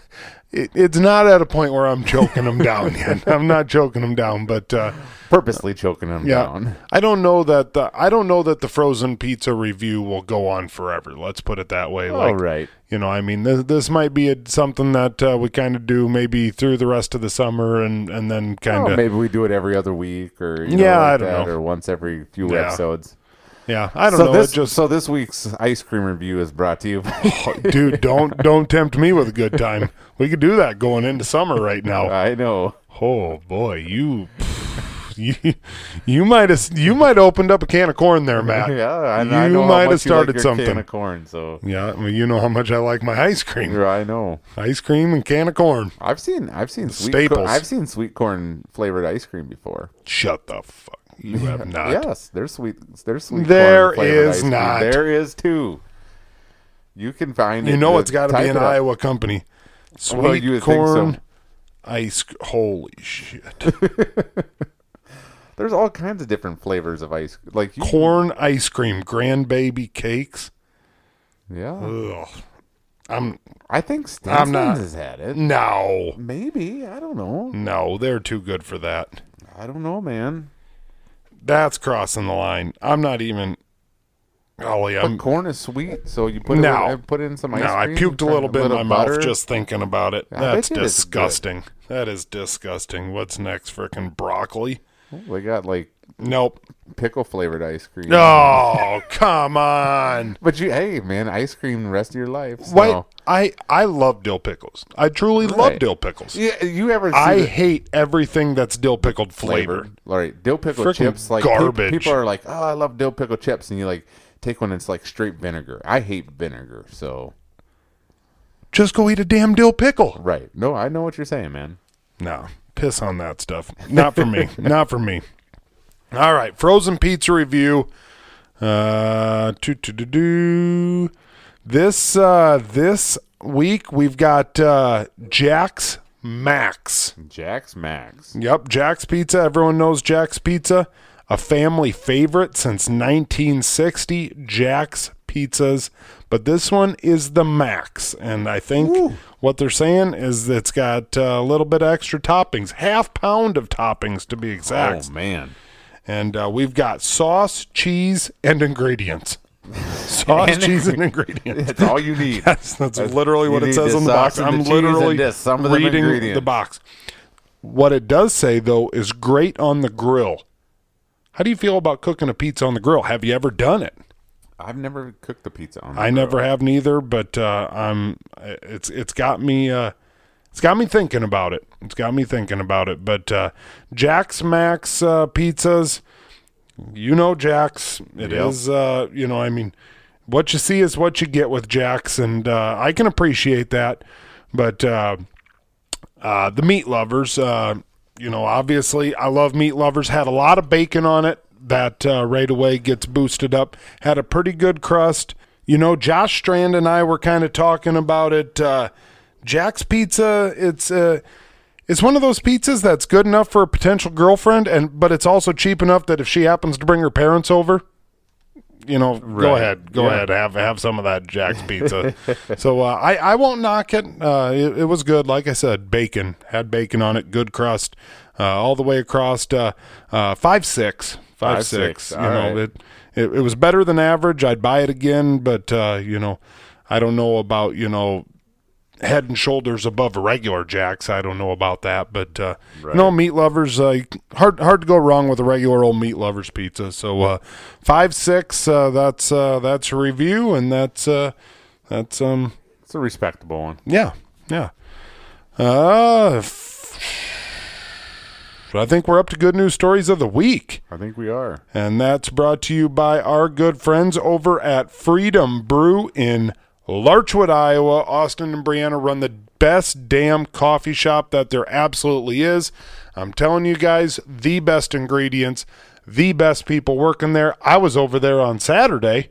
Speaker 1: it, it's not at a point where I'm choking them down yet. I'm not choking them down, but uh,
Speaker 2: purposely choking them
Speaker 1: yeah,
Speaker 2: down.
Speaker 1: I don't know that the I don't know that the frozen pizza review will go on forever. Let's put it that way.
Speaker 2: All
Speaker 1: like,
Speaker 2: right.
Speaker 1: you know, I mean, this, this might be a, something that uh, we kind of do maybe through the rest of the summer, and and then kind
Speaker 2: Well,
Speaker 1: of
Speaker 2: Oh, maybe we do it every other week or you know,
Speaker 1: Yeah,
Speaker 2: like
Speaker 1: I don't
Speaker 2: that,
Speaker 1: know.
Speaker 2: or once every few
Speaker 1: Yeah.
Speaker 2: episodes.
Speaker 1: yeah. I don't
Speaker 2: so
Speaker 1: know.
Speaker 2: this
Speaker 1: it just
Speaker 2: so this week's ice cream review is brought to you. by-
Speaker 1: dude don't don't tempt me with a good time we could do that going into summer right now
Speaker 2: I know.
Speaker 1: oh boy you you, you might have you might have opened up a can of corn there matt
Speaker 2: Yeah, and I
Speaker 1: You
Speaker 2: know how
Speaker 1: might have
Speaker 2: much you like
Speaker 1: started
Speaker 2: your
Speaker 1: something.
Speaker 2: Can of corn, so
Speaker 1: yeah well, you know how much i like my ice cream
Speaker 2: Yeah, I know.
Speaker 1: ice cream and can of corn
Speaker 2: I've seen I've seen sweet
Speaker 1: Staples.
Speaker 2: Corn, I've seen sweet corn flavored ice cream before.
Speaker 1: shut the fuck you have not
Speaker 2: Yes, there's sweet there's sweet
Speaker 1: There
Speaker 2: corn flavored
Speaker 1: is
Speaker 2: ice cream.
Speaker 1: not.
Speaker 2: There is too. You can find
Speaker 1: you
Speaker 2: it.
Speaker 1: know
Speaker 2: uh,
Speaker 1: it's got to
Speaker 2: type
Speaker 1: be an
Speaker 2: it up.
Speaker 1: iowa company sweet
Speaker 2: Well, you would think so.
Speaker 1: corn ice c- holy shit
Speaker 2: There's all kinds of different flavors of ice like you,
Speaker 1: corn ice cream grandbaby cakes
Speaker 2: Yeah.
Speaker 1: Ugh. I'm
Speaker 2: I think Stinson's
Speaker 1: I'm not-
Speaker 2: has had it.
Speaker 1: no,
Speaker 2: Maybe I don't know.
Speaker 1: no, they're too good for that.
Speaker 2: I don't know, man.
Speaker 1: That's crossing the line. I'm not even. Ollie,
Speaker 2: But
Speaker 1: I'm
Speaker 2: corn is sweet, so you put it
Speaker 1: No.
Speaker 2: with- put in some ice
Speaker 1: no. I
Speaker 2: cream,
Speaker 1: puked a little bit in my
Speaker 2: butter.
Speaker 1: mouth just thinking about it.
Speaker 2: I
Speaker 1: That's
Speaker 2: bet you it's good.
Speaker 1: disgusting. That is disgusting. What's next? Frickin' broccoli?
Speaker 2: They got like
Speaker 1: Nope.
Speaker 2: pickle flavored ice cream.
Speaker 1: Oh, come on.
Speaker 2: But you, hey man, ice cream the rest of your life. So.
Speaker 1: Wait, I I love dill pickles. I truly love
Speaker 2: Right.
Speaker 1: dill pickles.
Speaker 2: Yeah, you ever? See
Speaker 1: I
Speaker 2: the
Speaker 1: hate everything that's dill pickled flavored.
Speaker 2: All right, dill pickle
Speaker 1: Frickin'
Speaker 2: chips. Like pe-
Speaker 1: garbage.
Speaker 2: people are like, oh, I love dill pickle chips, and you like take one that's like straight vinegar. I hate vinegar, so
Speaker 1: Just go eat a damn dill pickle.
Speaker 2: right. No, I know what you're saying, man.
Speaker 1: No, piss on that stuff. Not for me. Not for me. All right, frozen pizza review. Uh, do, do, do, do. This uh, this week we've got uh, Jack's Max.
Speaker 2: Jack's Max.
Speaker 1: Yep, Jack's Pizza. Everyone knows Jack's Pizza, a family favorite since 1960. Jack's Pizzas, but this one is the max, and I think what they're saying is it's got uh, a little bit of extra toppings, half pound of toppings to be exact.
Speaker 2: Oh man,
Speaker 1: And uh, we've got sauce, cheese, and ingredients. Sauce,
Speaker 2: And
Speaker 1: cheese, and
Speaker 2: that's
Speaker 1: ingredients.
Speaker 2: all you need.
Speaker 1: That's, that's literally
Speaker 2: you
Speaker 1: what
Speaker 2: need
Speaker 1: it says
Speaker 2: the
Speaker 1: on the box.
Speaker 2: sauce and
Speaker 1: I'm
Speaker 2: the cheese and
Speaker 1: literally
Speaker 2: this, some of them
Speaker 1: reading the
Speaker 2: ingredients.
Speaker 1: box. What it does say though is great on the grill. How do you feel about cooking a pizza on the grill? Have you ever done it?
Speaker 2: I've never cooked the pizza on. The
Speaker 1: I
Speaker 2: grill.
Speaker 1: never have neither, but uh, I'm. It's it's got me. Uh, it's got me thinking about it. It's got me thinking about it. But uh, Jack's Max uh, pizzas, you know Jack's. It is.
Speaker 2: Yep.
Speaker 1: Uh, you know, I mean, what you see is what you get with Jack's, and uh, I can appreciate that. But uh, uh, the meat lovers, uh, you know, obviously I love meat lovers. Had a lot of bacon on it that uh, right away gets boosted up. Had a pretty good crust. You know, Josh Strand and I were kind of talking about it. Uh, Jack's Pizza, it's uh, it's one of those pizzas that's good enough for a potential girlfriend, and but it's also cheap enough that if she happens to bring her parents over, you know, go
Speaker 2: Right.
Speaker 1: ahead, go
Speaker 2: Yeah.
Speaker 1: ahead, have have some of that Jack's Pizza. so uh, I I won't knock it. Uh, it. It was good, like I said, bacon had bacon on it, good crust, uh, all the way across. Uh, uh, five six, five
Speaker 2: Five,
Speaker 1: six.
Speaker 2: six,
Speaker 1: You
Speaker 2: all
Speaker 1: know
Speaker 2: right.
Speaker 1: it, it. It was better than average. I'd buy it again, but uh, you know, I don't know about you know head and shoulders above a regular jacks. I don't know about that, but uh, you know, meat lovers uh, hard hard to go wrong with a regular old meat lovers pizza. So uh, five six, uh, that's uh, that's a review, and that's uh, that's um
Speaker 2: It's a respectable one.
Speaker 1: yeah yeah. Uh, f- I think we're up to good news stories of the week.
Speaker 2: I think we are.
Speaker 1: And that's brought to you by our good friends over at Freedom Brew in Larchwood, Iowa. Austin and Brianna run the best damn coffee shop that there absolutely is. I'm telling you guys, the best ingredients, the best people working there. I was over there on Saturday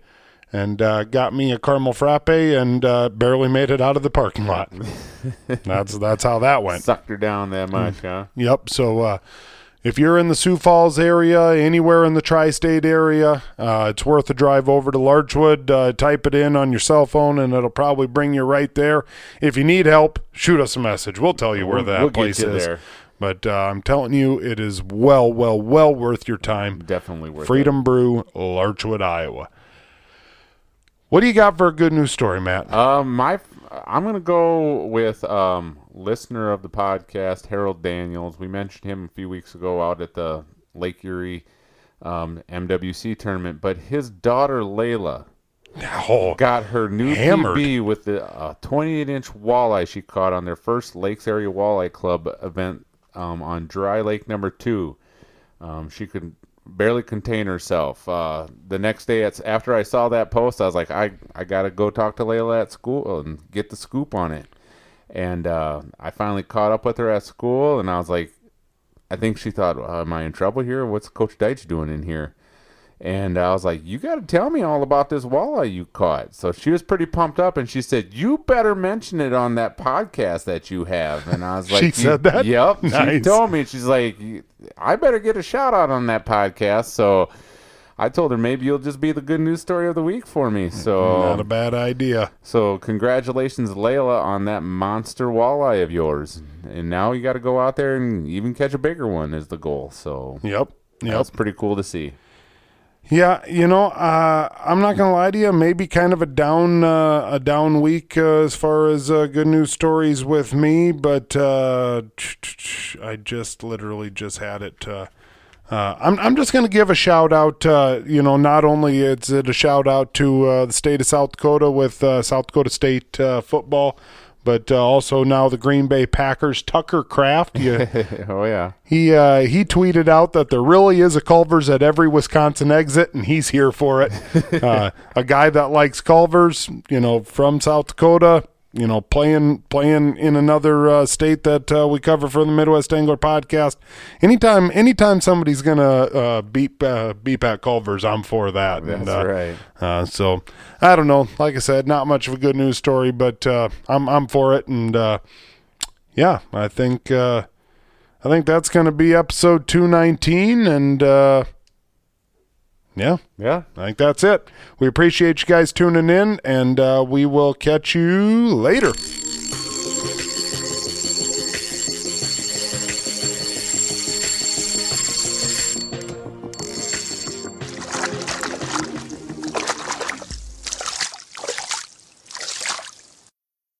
Speaker 1: and uh, got me a caramel frappe and uh, barely made it out of the parking lot. that's that's how that went.
Speaker 2: Sucked her down that much, huh?
Speaker 1: Yep. So uh, if you're in the Sioux Falls area, anywhere in the tri-state area, uh, it's worth a drive over to Larchwood. Uh, type it in on your cell phone, and it'll probably bring you right there. If you need help, shoot us a message. We'll tell you where
Speaker 2: We'll-
Speaker 1: that
Speaker 2: we'll get
Speaker 1: place
Speaker 2: you
Speaker 1: is.
Speaker 2: there.
Speaker 1: But uh, I'm telling you, it is well, well, well worth your time.
Speaker 2: Definitely worth
Speaker 1: Freedom Brew, Larchwood, Iowa. What do you got for a good news story, Matt?
Speaker 2: It. Um, my, I'm gonna go with um listener of the podcast Harold Daniels. We mentioned him a few weeks ago out at the Lake Erie um, MWC tournament, but his daughter Layla
Speaker 1: Oh,
Speaker 2: got her new
Speaker 1: Hammered.
Speaker 2: PB with the uh, 28 inch walleye she caught on their first Lakes Area Walleye Club event um, on Dry Lake Number Two. Um, she could barely contain herself. Uh, the next day, it's after I saw that post, I was like, I I gotta go talk to Layla at school and get the scoop on it. And uh, I finally caught up with her at school, and I was like, I think she thought, uh, "Am I in trouble here? What's Coach Deitch doing in here?" And I was like, "You got to tell me all about this walleye you caught." So she was pretty pumped up, and she said, "You better mention it on that podcast that you have." And I was like,
Speaker 1: She
Speaker 2: "You-
Speaker 1: said that?
Speaker 2: Yep, she
Speaker 1: Nice.
Speaker 2: told me. She's like, "You- "I better get a shout out on that podcast." So I told her maybe you'll just be the good news story of the week for me. So
Speaker 1: Not a bad idea.
Speaker 2: so congratulations, Layla, on that monster walleye of yours. And now you got to go out there and even catch a bigger one is the goal. So
Speaker 1: Yep. Yep.
Speaker 2: that's pretty cool to see.
Speaker 1: Yeah, you know, uh, I'm not gonna lie to you. Maybe kind of a down uh, a down week uh, as far as uh, good news stories with me, but uh, I just literally just had it. Uh, uh, I'm I'm just gonna give a shout out. Uh, you know, not only is it a shout out to uh, the state of South Dakota with uh, South Dakota State uh, football, but uh, also now the Green Bay Packers. Tucker Craft, you
Speaker 2: oh yeah,
Speaker 1: He uh, he tweeted out that there really is a Culver's at every Wisconsin exit, and he's here for it. uh, a guy that likes Culver's, you know, from South Dakota, you know, playing playing in another uh, state that uh, we cover for the Midwest Angler podcast. Anytime anytime somebody's gonna uh, beep uh, beep at Culver's, I'm for that.
Speaker 2: that's
Speaker 1: and, uh,
Speaker 2: right.
Speaker 1: uh, so I don't know. Like I said, not much of a good news story, but uh, I'm I'm for it, and uh, yeah, I think uh, I think that's going to be episode two nineteen, and uh, yeah,
Speaker 2: Yeah,
Speaker 1: I think that's it. We appreciate you guys tuning in, and uh, we will catch you later.